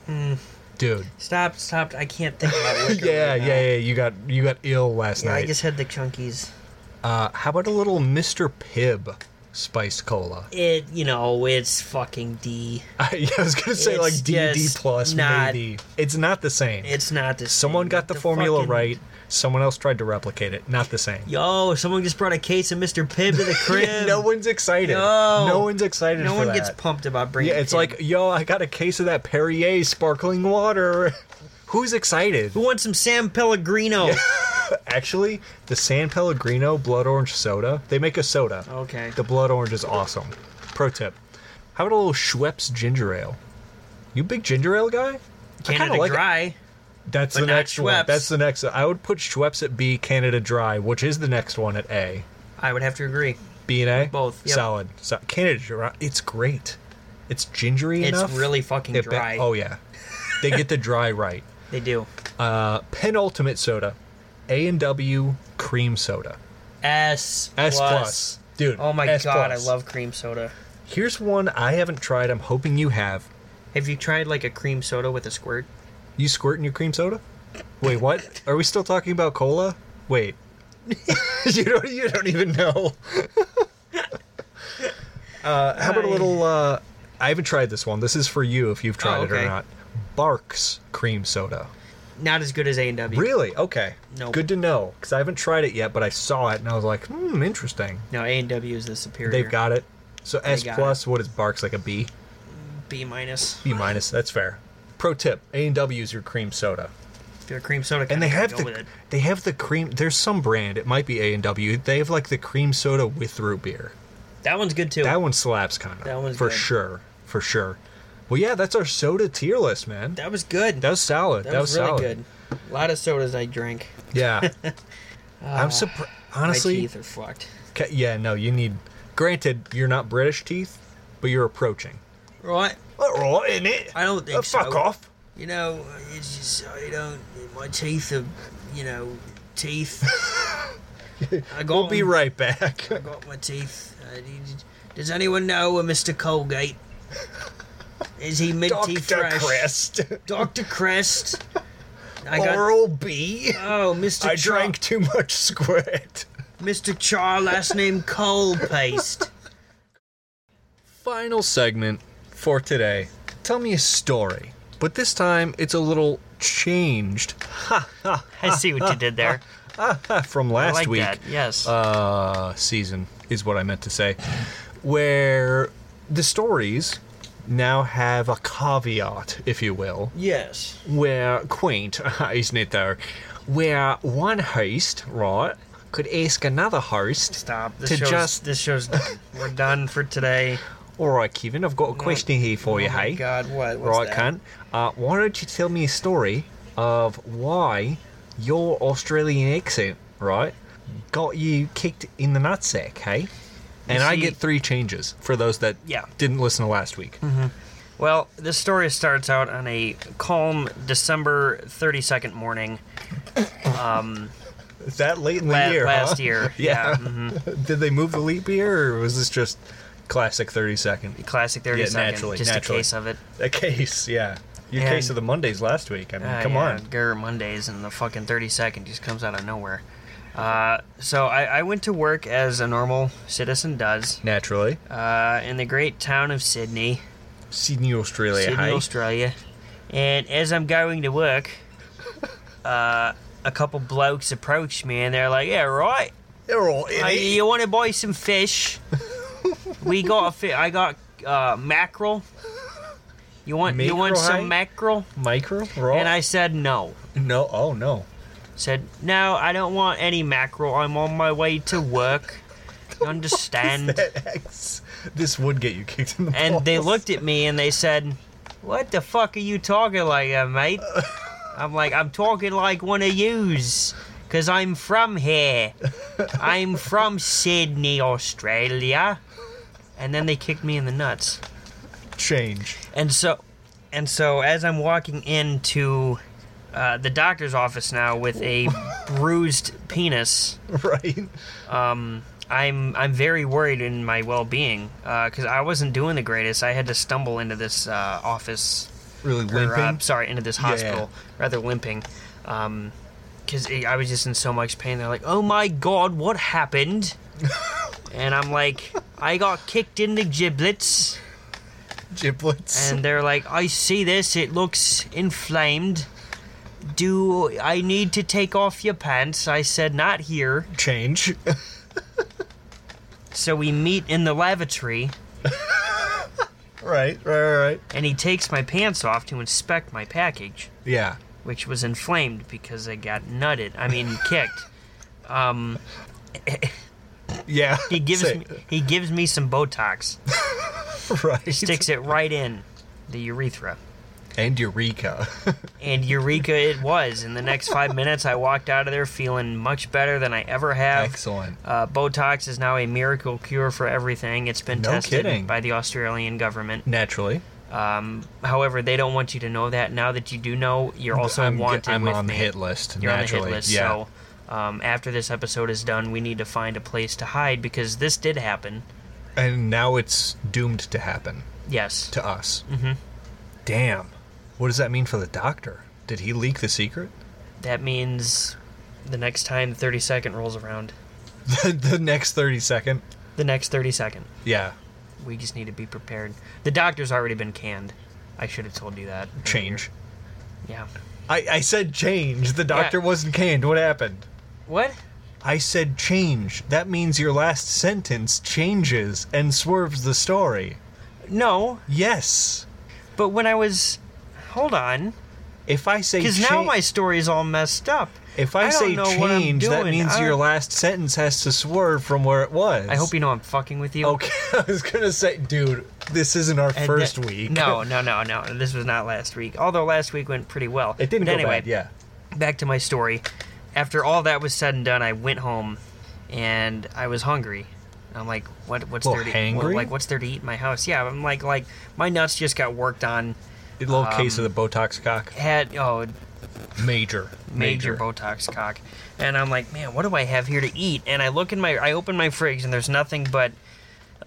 S2: dude.
S1: Stop. Stop. I can't think about liquor.
S2: Yeah,
S1: Hmm. right now.
S2: yeah, yeah. You got you got ill last
S1: Yeah,
S2: night.
S1: I just had the chunkies.
S2: Uh, how about a little Mr. Pibb spiced cola?
S1: It, you know, it's fucking D.
S2: I, was gonna say like
S1: It's
S2: D D
S1: just
S2: plus
S1: not-
S2: maybe. It's not the same.
S1: It's not the
S2: someone
S1: same.
S2: got the, formula
S1: fucking-
S2: right. Someone else tried to replicate it. Not the same.
S1: Yo, someone just brought a case of Mr. Pibb to the crib.
S2: no one's excited.
S1: No.
S2: one's excited.
S1: No
S2: for
S1: one
S2: that.
S1: gets pumped about bringing.
S2: Yeah, it's
S1: Pibb.
S2: like yo, I got a case of that Perrier sparkling water. Who's excited?
S1: who wants some Sam Pellegrino?
S2: Actually, the San Pellegrino blood orange soda. They make a soda.
S1: Okay.
S2: The blood orange is awesome. Pro tip. How about a little Schweppes ginger ale? You big ginger ale guy? I
S1: Canada
S2: kinda like it.
S1: Dry.
S2: That's
S1: but
S2: the
S1: not
S2: next one.
S1: Schweppes.
S2: That's the next. I would put Schweppes at B, Canada Dry, which is the next one at A.
S1: I would have to agree.
S2: B and A.
S1: Both, yep.
S2: Solid. So, Canada Dry. It's great. It's gingery
S1: It's
S2: enough.
S1: really fucking
S2: It ba-
S1: dry.
S2: oh yeah. They get the dry right.
S1: They do.
S2: Uh, penultimate soda, A and W cream soda.
S1: S
S2: S plus. Dude.
S1: Oh my
S2: S
S1: god,
S2: plus.
S1: I love cream soda.
S2: Here's one I haven't tried. I'm hoping you have.
S1: Have you tried like a cream soda with a squirt?
S2: You squirting your cream soda? Wait, what? Are we still talking about cola? Wait. you don't you don't even know. uh, how about a little uh, I haven't tried this one. This is for you if you've tried
S1: Oh,
S2: it or
S1: okay.
S2: not. Barks cream soda.
S1: Not as good as A and W.
S2: Really? Okay.
S1: Nope.
S2: Good to know cuz I haven't tried it yet, but I saw it and I was like, "Hmm, interesting."
S1: No, A and W is the superior.
S2: They've got it. So S
S1: got
S2: plus, what is Barks like a B?
S1: B minus.
S2: B minus. That's fair. Pro tip: A and W is your cream soda.
S1: If you're a cream soda,
S2: and they
S1: kinda
S2: have
S1: go with
S2: the
S1: it.
S2: they have the cream. There's some brand. It might be A and W. They have like the cream soda with root beer.
S1: That one's good too.
S2: That one slaps kind of.
S1: That one's
S2: for
S1: good.
S2: sure. For sure. Well, yeah, that's our soda tier list, man. That,
S1: that was good.
S2: was solid. That,
S1: That was, really
S2: solid.
S1: good. A lot of sodas I drank.
S2: Yeah. I'm surprised.
S1: Ah, My
S2: Honestly,
S1: teeth are fucked.
S2: ca- yeah. No, you need. Granted, you're not British teeth, but you're approaching.
S1: Right.
S2: All right, in it.
S1: I don't think
S2: Uh, Fuck
S1: so.
S2: off.
S1: You know, it's just I don't. My teeth are, you know, teeth. I got
S2: We'll be
S1: them.
S2: right back.
S1: I got my teeth. I need- does anyone know a Mr. Colgate? Is he mint
S2: Doctor
S1: teeth fresh?
S2: Crest.
S1: Doctor Crest. I got.
S2: Oral B.
S1: Oh, Mr.
S2: I
S1: Cha-
S2: drank too much squirt.
S1: Mr. Char, last name Cole Paste.
S2: Final segment for today. Tell me a story, but this time it's a little changed uh,
S1: I see what you did there.
S2: from last week.
S1: Yes.
S2: uh, season is what I meant to say, where the stories now have a caveat, if you will,
S1: yes.
S2: where quaint, isn't it though? Where one host, right, could ask another host
S1: Stop. This
S2: to
S1: show's,
S2: just.
S1: this show's done. We're done for today.
S2: All right, Kevin, I've got a question here for you.
S1: oh
S2: hey,
S1: My God, what? What's
S2: Right,
S1: that?
S2: cunt. Uh, why don't you tell me a story of why your Australian accent, right, got you kicked in the nutsack, hey? And I
S1: see-
S2: get three changes for those that
S1: Yeah. Mm-hmm.
S2: didn't listen to last week.
S1: Well, this story starts out on a calm December 32nd morning
S2: That late in the
S1: la-
S2: year,
S1: last
S2: huh?
S1: year.
S2: Yeah.
S1: mhm.
S2: Did they move the leap year, or was this just Classic 30 second.
S1: Classic 30
S2: Yeah,
S1: second,
S2: naturally,
S1: just a
S2: naturally.
S1: case of it.
S2: A case, yeah. Your
S1: And-
S2: case of the Mondays last week. I mean,
S1: Ah,
S2: come
S1: yeah,
S2: on.
S1: Gurr Mondays and the fucking 30 second just comes out of nowhere. Uh, so I, I went to work as a normal citizen does
S2: Naturally.
S1: uh, in the great town of Sydney,
S2: Sydney, Australia.
S1: Sydney,
S2: hi.
S1: Australia. And as I'm going to work, uh, a couple blokes approached me and they're like, "Yeah, right.
S2: They're all in
S1: Uh,
S2: it.
S1: you want to buy some fish? we got a fi- I got uh, mackerel. You want you want
S2: Mackerel, hey?
S1: some mackerel?"
S2: Micro? Raw?
S1: And I said no.
S2: no, oh no.
S1: Said no, I don't want any mackerel. I'm on my way to work. You understand?
S2: X. This would get you kicked in the
S1: And they
S2: balls.
S1: looked at me and they said, "What the fuck are you talking like that, mate?" I'm like, "I'm talking like one of yous, cause I'm from here. I'm from Sydney, Australia." And then they kicked me in the nuts.
S2: change.
S1: And so, and so as I'm walking into uh, the doctor's office now with a bruised penis,
S2: Right?
S1: um, I'm I'm very worried in my well-being because I wasn't doing the greatest. I had to stumble into this uh, office,
S2: Really
S1: or, uh,
S2: limping.
S1: sorry, into this hospital, rather limping, because I was just in so much pain. They're like, "Oh my god, what happened?" and I'm like, "I got kicked in the giblets."
S2: Giblets.
S1: and they're like, "I see this. It looks inflamed. Do I need to take off your pants?" I said, "Not here."
S2: change.
S1: So we meet in the lavatory,
S2: right, right, right, right.
S1: and he takes my pants off to inspect my package,
S2: Yeah.
S1: which was inflamed because I got nutted. I mean, kicked. Um,
S2: Yeah.
S1: he gives
S2: Say-
S1: me he gives me some Botox,
S2: right.
S1: sticks it right in the urethra.
S2: and Eureka.
S1: And eureka it was. In the next five minutes, I walked out of there feeling much better than I ever have.
S2: Excellent.
S1: Uh, Botox is now a miracle cure for everything. It's been
S2: No
S1: tested
S2: kidding.
S1: by the Australian government.
S2: Naturally.
S1: Um, however, they don't want you to know that. Now that you do know, you're also
S2: I'm,
S1: wanted
S2: I'm
S1: with
S2: on
S1: me.
S2: the hit list.
S1: You're
S2: naturally.
S1: on the hit list.
S2: Yeah.
S1: So um, after this episode is done, we need to find a place to hide because this did happen.
S2: And now it's doomed to happen
S1: Yes.
S2: to us. Mm-hmm. Damn. What does that mean for the doctor? Did he leak the secret?
S1: That means the next time the 30 second rolls around,
S2: The, the next 30 second?
S1: the next 30 second.
S2: Yeah.
S1: We just need to be prepared. The doctor's already been canned. I should have told you that. earlier.
S2: Change.
S1: Yeah.
S2: I, I said change. The doctor wasn't canned. What happened?
S1: What?
S2: I said change. That means your last sentence changes and swerves the story.
S1: No.
S2: Yes.
S1: But when I was, hold on,
S2: If I say
S1: because now
S2: cha-
S1: my story is all messed up.
S2: if I,
S1: I don't
S2: say
S1: know what I'm
S2: change, that
S1: doing.
S2: means
S1: I-
S2: your last sentence has to swerve from where it was.
S1: I hope you know I'm fucking with you.
S2: Okay, I was gonna say, dude, this isn't our
S1: And
S2: Oh, first
S1: that-
S2: week.
S1: No, no, no, no. This was not last week. Although last week went pretty well.
S2: it didn't
S1: But
S2: go
S1: anyway,
S2: bad. Yeah,
S1: Back to my story. After all that was said and done, I went home, and I was hungry. I'm like, what? What's
S2: Little
S1: there to eat? Well,
S2: hangry?
S1: like, what's there to eat in my house? Yeah, I'm like, like my nuts just got worked on.
S2: a little
S1: Um,
S2: case of the Botox cock.
S1: Had oh
S2: Major,
S1: major, Botox cock. And I'm like, man, what do I have here to eat? And I look in my, I open my fridge, and there's nothing but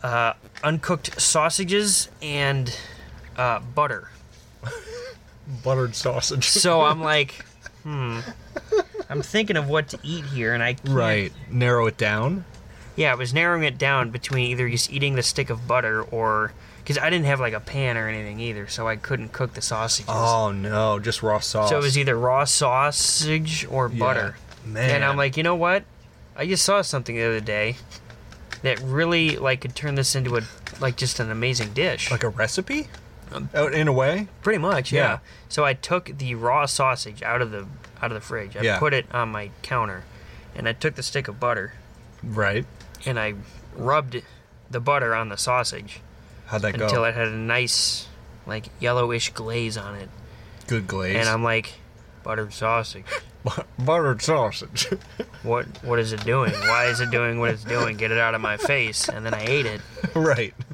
S1: uh, uncooked sausages and uh, butter.
S2: buttered sausage.
S1: So I'm like, hmm, I'm thinking of what to eat here, and I can't.
S2: right, narrow it down.
S1: Yeah, I was narrowing it down between either just eating the stick of butter or because I didn't have like a pan or anything either, so I couldn't cook the sausages.
S2: Oh no, just raw sauce.
S1: So it was either raw sausage or butter.
S2: man.
S1: And I'm like, you know what? I just saw something the other day that really like could turn this into a like just an amazing dish.
S2: like a recipe,
S1: Um,
S2: out in a way.
S1: Pretty much, yeah.
S2: Yeah.
S1: So I took the raw sausage out of the out of the fridge. I
S2: Yeah.
S1: put it on my counter, and I took the stick of butter
S2: Right.
S1: and I rubbed the butter on the sausage
S2: How'd that
S1: until
S2: go?
S1: it had a nice like yellowish glaze on it.
S2: Good glaze.
S1: And I'm like, buttered sausage.
S2: buttered sausage.
S1: What what is it doing? Why is it doing what it's doing? Get it out of my face. And then I ate it.
S2: right.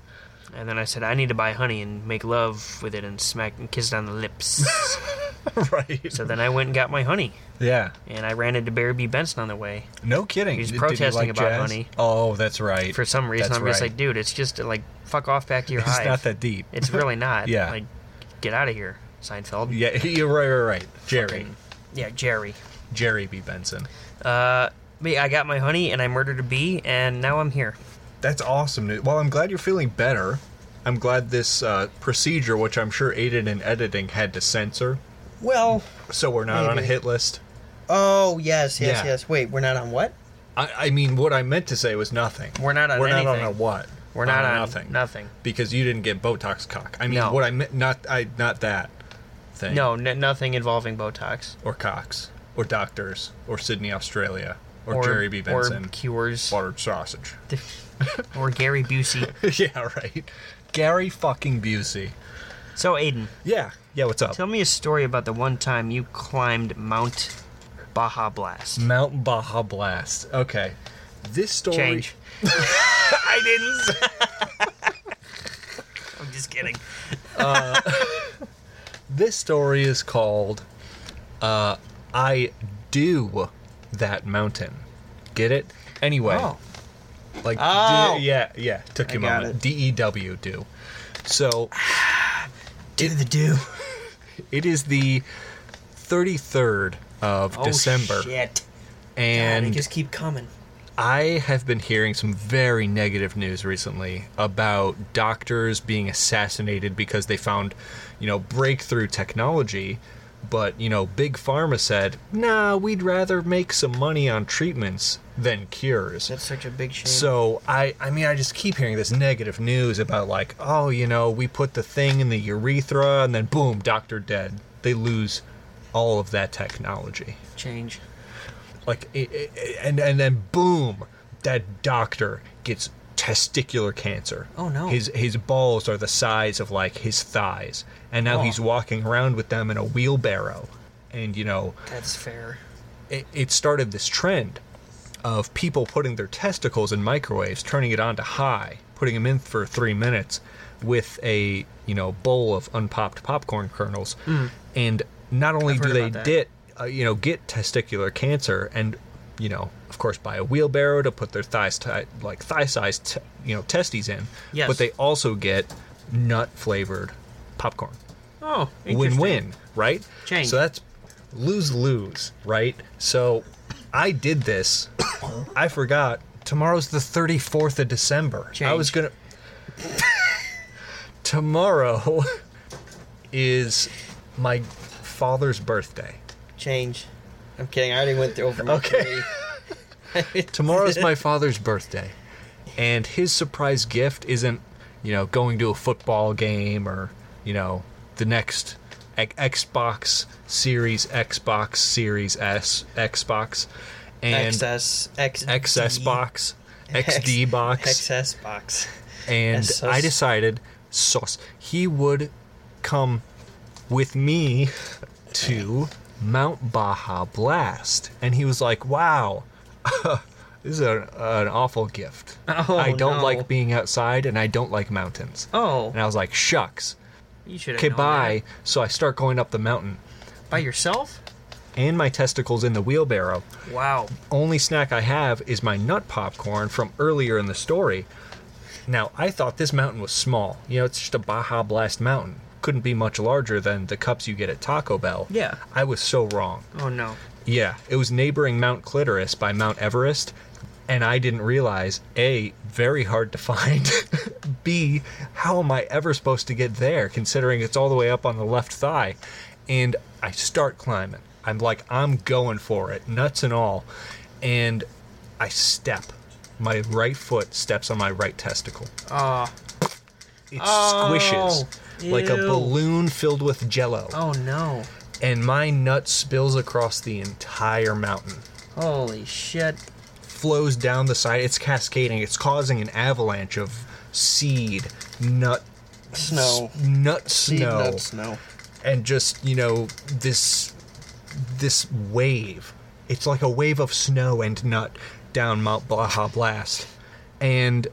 S1: And then I said, I need to buy honey and make love with it and smack and kiss it on the lips.
S2: right.
S1: So then I went and got my honey,
S2: Yeah.
S1: and I ran into Barry B. Benson on the way.
S2: No kidding.
S1: He's
S2: Did- did
S1: protesting about
S2: jazz?
S1: money.
S2: Oh, that's right.
S1: For some reason,
S2: That's
S1: I'm just
S2: right.
S1: like, dude, it's just like fuck off back to your
S2: It's
S1: hive.
S2: not that deep.
S1: It's really not.
S2: Yeah.
S1: Like, get out of here, Seinfeld.
S2: yeah, you're right, right, right. Jerry.
S1: Fucking- yeah, Jerry.
S2: Jerry B. Benson.
S1: Uh, but yeah, I got my honey and I murdered a bee, and now I'm here.
S2: That's awesome. news. Well, I'm glad you're feeling better. I'm glad this uh, procedure, which I'm sure Aiden in editing had to censor,
S4: Well,
S2: so we're not on a
S4: Maybe.
S2: hit list.
S4: oh yes, yes,
S2: Yeah.
S4: yes. Wait, we're not on what?
S2: I, I mean, what I meant to say was nothing.
S1: We're not on
S2: We're not on
S1: anything.
S2: a what?
S1: We're not
S2: a
S1: on
S2: nothing.
S1: nothing.
S2: Because you didn't get Botox cock. I mean,
S1: No.
S2: what I meant not I not that thing.
S1: No, n- nothing involving Botox
S2: Or cocks. Or doctors. Or Sydney, Australia. Or, Jerry B. Benson.
S1: or cures
S2: Buttered sausage.
S1: or Gary Busey.
S2: yeah, right. Gary fucking Busey.
S1: So Aiden,
S2: Yeah. Yeah. What's up?
S1: tell me a story about the one time you climbed Mount Baja Blast.
S2: Mount Baja Blast. Okay. This story.
S1: Change.
S2: I didn't. say-
S1: I'm just kidding.
S2: this story is called uh, I Do That Mountain. Get it? Anyway.
S4: Oh.
S2: Like,
S4: Oh.
S2: d- yeah, yeah. Took you a
S4: I got
S2: moment.
S4: it.
S2: D E W, do. So,
S4: Do the do.
S2: it is the 33rd of
S1: Oh,
S2: December.
S4: Oh, Shit.
S2: And
S4: they just keep coming.
S2: I have been hearing some very negative news recently about doctors being assassinated because they found, you know, breakthrough technology. But, you know, Big Pharma said, nah, we'd rather make some money on treatments than cures.
S1: That's such a big shame.
S2: So I, I mean, I just keep hearing this negative news about like, oh, you know, we put the thing in the urethra and then boom, doctor dead. They lose all of that technology
S1: change.
S2: like i- i- and and then boom that doctor gets testicular cancer
S1: Oh, no.
S2: his his balls are the size of like his thighs and now
S1: Oh.
S2: he's walking around with them in a wheelbarrow and you know
S1: That's fair.
S2: it, it started this trend of people putting their testicles in microwaves, turning it on to high, putting them in for three minutes with a you know bowl of unpopped popcorn kernels, and not only
S1: Mm. I've
S2: do
S1: heard
S2: they
S1: about that.
S2: get uh, you know get testicular cancer and you know of course buy a wheelbarrow to put their thighs ti like thigh sized t- you know testes in,
S1: Yes.
S2: but they also get nut flavored popcorn
S1: Oh,
S2: win
S1: interesting.
S2: win, right?
S1: Change.
S2: So that's lose lose, right? So I did this. I forgot. Tomorrow's the 34th of December. I was going to. Tomorrow is my father's birthday.
S4: Change. I'm kidding. I already went through over my
S2: Okay.
S4: three.
S2: Tomorrow's my father's birthday. And his surprise gift isn't, you know, going to a football game or, you know, the next e- Xbox Series, Xbox Series S, Xbox, and
S4: XS X
S2: XS box, XD box.
S4: XS box.
S2: And
S4: XS.
S2: I decided, sauce, he would come with me to Mount Baja Blast. And he was like, wow, this is an, an awful gift.
S1: Oh,
S2: I don't
S1: no.
S2: like being outside and I don't like mountains.
S1: Oh,
S2: And I was like, shucks.
S1: you should have.
S2: Okay,
S1: known
S2: bye. So I start going up the mountain
S1: that. By yourself?
S2: and my testicles in the wheelbarrow.
S1: Wow.
S2: only snack I have is my nut popcorn from earlier in the story. Now, I thought this mountain was small. You know, it's just a Baja Blast mountain. Couldn't be much larger than the cups you get at Taco Bell.
S1: Yeah.
S2: I was so wrong.
S1: Oh no.
S2: Yeah, it was neighboring Mount Clitoris by Mount Everest, and I didn't realize A, very hard to find, B, how am I ever supposed to get there considering it's all the way up on the left thigh? And I start climbing. I'm like, I'm going for it, nuts and all. And I step. My right foot steps on my right testicle.
S1: Oh.
S2: It
S1: Oh,
S2: squishes like a
S1: ew.
S2: balloon filled with jello.
S1: Oh no.
S2: And my nut spills across the entire mountain.
S1: Holy shit.
S2: flows down the side. It's cascading. It's causing an avalanche of seed, nut,
S4: Snow.
S2: s- nut
S4: Seed
S2: snow,
S4: nut snow.
S2: and just you know this this wave. It's like a wave of snow and nut down Mount Baja Blast. And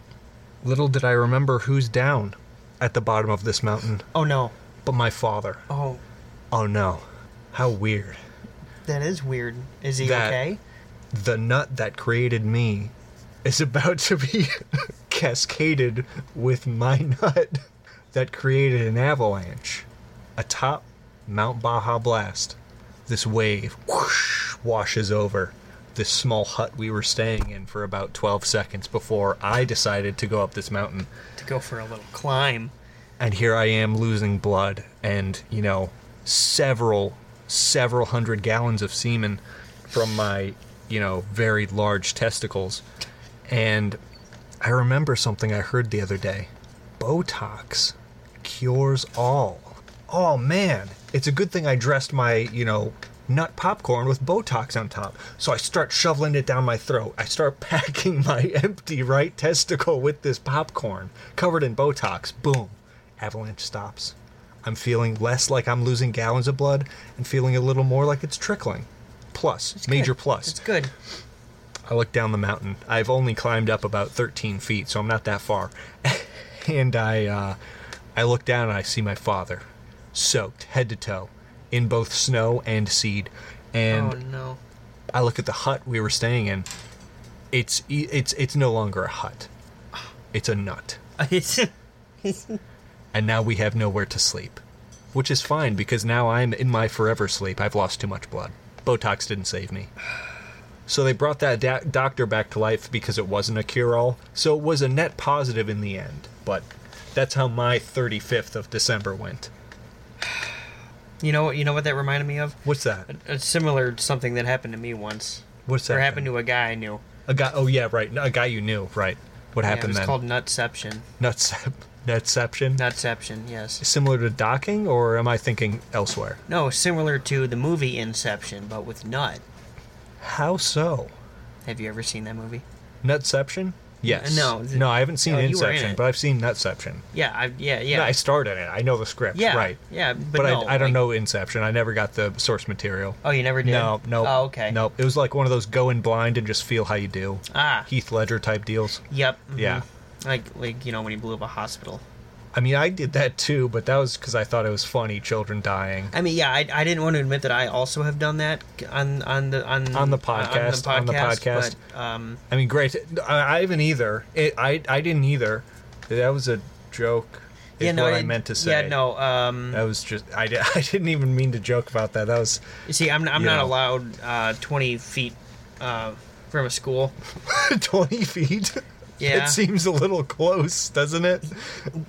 S2: little did I remember who's down at the bottom of this mountain,
S1: Oh no.
S2: but my father.
S1: Oh.
S2: Oh no. How weird.
S4: That is weird. Is he
S2: That-
S4: okay?
S2: The nut that created me is about to be cascaded with my nut that created an avalanche atop Mount Baja Blast. This wave whoosh, washes over this small hut we were staying in for about 12 seconds before I decided to go up this mountain.
S1: to go for a little climb.
S2: and here I am losing blood and you know several several hundred gallons of semen from my you know very large testicles and I remember something I heard the other day Botox cures all oh man it's a good thing I dressed my you know nut popcorn with Botox on top so I start shoveling it down my throat I start packing my empty right testicle with this popcorn covered in Botox boom avalanche stops. I'm feeling less like I'm losing gallons of blood and feeling a little more like it's trickling. Plus, major plus.
S4: It's good.
S2: I look down the mountain. I've only climbed up about 13 feet, so I'm not that far. and I, uh, I look down and I see my father, soaked head to toe, in both snow and seed. And
S1: oh no.
S2: I look at the hut we were staying in. It's e- it's it's no longer a hut. It's a nut. and now we have nowhere to sleep. Which is fine because now I'm in my forever sleep. I've lost too much blood. Botox didn't save me. So they brought that da- doctor back to life because it wasn't a cure all. So it was a net positive in the end. But that's how my 35th of December went.
S1: You know, you know what that reminded me of?
S2: What's that?
S1: A similar something that happened to me once.
S2: What's that?
S1: Or happened to a guy I knew.
S2: a guy? Oh yeah, right. A guy you knew, right? What
S1: Yeah,
S2: happened
S1: it was
S2: then?
S1: called nutception.
S2: Nutsep- Nutception?
S1: Nutception, yes.
S2: Similar to docking, or am I thinking elsewhere?
S1: No, similar to the movie Inception, but with nut.
S2: How so?
S1: Have you ever seen that movie?
S2: Nutception? Yes.
S1: No, th-
S2: No, I haven't seen
S1: no, you were in
S2: Inception,
S1: it.
S2: but I've seen Nutception.
S1: Yeah, I, yeah, yeah,
S2: No, I starred in it. I know the script.
S1: yeah,
S2: Right.
S1: yeah. But,
S2: But,
S1: no,
S2: I, I don't
S1: like-
S2: know Inception. I never got the source material.
S1: Oh, you never did?
S2: No, no.
S1: Oh, okay.
S2: No, it was like one of those go in blind and just feel how you do.
S1: Ah.
S2: Heath Ledger type deals.
S1: Yep. mhm.
S2: Yeah.
S1: Like, like you know, when he blew up a hospital.
S2: I mean, I did that too, but that was because I thought it was funny, children dying.
S1: I mean, yeah, I, I didn't want to admit that I also have done that on on the on
S2: On the podcast, on the podcast.
S1: But, um,
S2: I mean, great. I, I haven't either. It, I, I didn't either. That was a joke. Is
S1: yeah, no,
S2: what I
S1: it-
S2: meant to say.
S1: Yeah, no. Um,
S2: That was just I, di- I didn't even mean to joke about that. That was
S1: you see, I'm I'm
S2: you
S1: not
S2: know.
S1: allowed uh, 20 feet uh, from a school.
S2: 20 feet.
S1: Yeah.
S2: It seems a little close, doesn't it?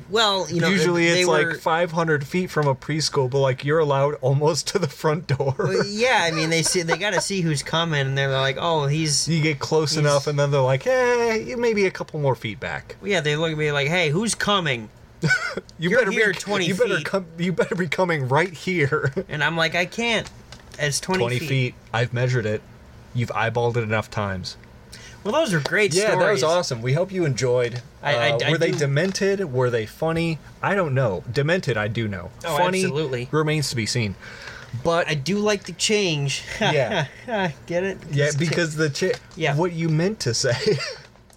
S1: Well, you know,
S2: Usually
S1: they
S2: it's
S1: were-
S2: like 500 feet from a preschool, but like you're allowed almost to the front door.
S1: Well, yeah, I mean, they see they got to see who's coming, and they're like, oh, he's.
S2: you get close
S1: Yes.
S2: enough, and then they're like, hey, maybe a couple more feet back.
S1: Yeah, they look at me like, hey, who's coming?
S2: You
S1: You're
S2: better
S1: here
S2: be
S1: 20
S2: you better
S1: feet.
S2: come you better be coming right here.
S1: And I'm like, I can't. It's 20,
S2: 20 feet. I've measured it. You've eyeballed it enough times.
S1: Well, those are great
S2: Yeah,
S1: stories.
S2: that was awesome. We hope you enjoyed.
S1: I- I-
S2: Uh,
S1: I
S2: were they
S1: do-
S2: demented? Were they funny? I don't know. Demented, I do know.
S1: Oh,
S2: funny
S1: absolutely.
S2: remains to be seen. But
S1: I do like the change.
S2: Yeah.
S1: Get it?
S2: yeah,
S1: It's-
S2: because the cha-
S1: Yeah.
S2: what you meant to say.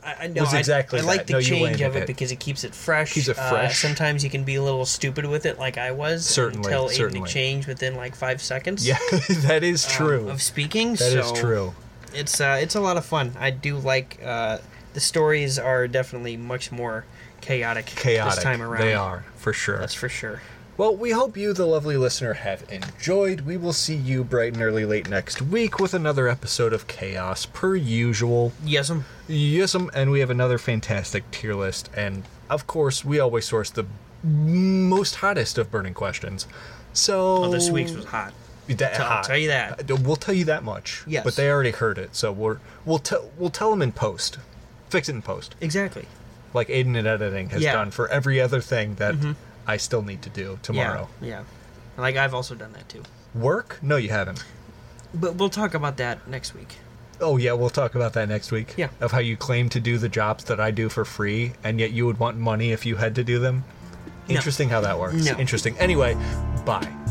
S1: I, I know,
S2: was
S1: I-
S2: exactly
S1: I,
S2: that.
S1: like the
S2: No, you
S1: change of
S2: landed
S1: it,
S2: it.
S1: because it keeps it fresh.
S2: Keeps it
S1: Uh,
S2: fresh.
S1: sometimes you can be a little stupid with it, like I was.
S2: Certainly,
S1: Until
S2: certainly.
S1: it changed within like five seconds.
S2: yeah, that is
S1: um,
S2: true. That
S1: Of
S2: is
S1: speaking. That is
S2: true.
S1: It's uh, it's a lot of fun. I do like uh, the stories are definitely much more chaotic,
S2: Chaotic.
S1: this time around.
S2: They are for sure.
S1: That's for sure.
S2: Well, we hope you, the lovely listener, have enjoyed. We will see you bright and early late next week with another episode of Chaos, per usual.
S1: Yes, um,
S2: Yes, um, and we have another fantastic tier list, and of course, we always source the most hottest of burning questions. So
S1: well, this week's was hot.
S2: that,
S1: I'll tell you that.
S2: Uh, We'll tell you that much.
S1: Yes.
S2: but they already heard it, so we're we'll tell we'll tell them in post. Fix it in post,
S1: Exactly.
S2: like Aiden in editing has
S1: Yeah. Mm-hmm.
S2: done for every other thing that I still need to do tomorrow.
S1: Yeah, yeah. Like I've also done that too.
S2: Work? No, you haven't.
S1: But we'll talk about that next week.
S2: Oh yeah, we'll talk about that next week.
S1: Yeah.
S2: Of how you claim to do the jobs that I do for free and yet you would want money if you had to do them.
S1: No.
S2: Interesting how that works.
S1: No.
S2: Interesting. Anyway, bye.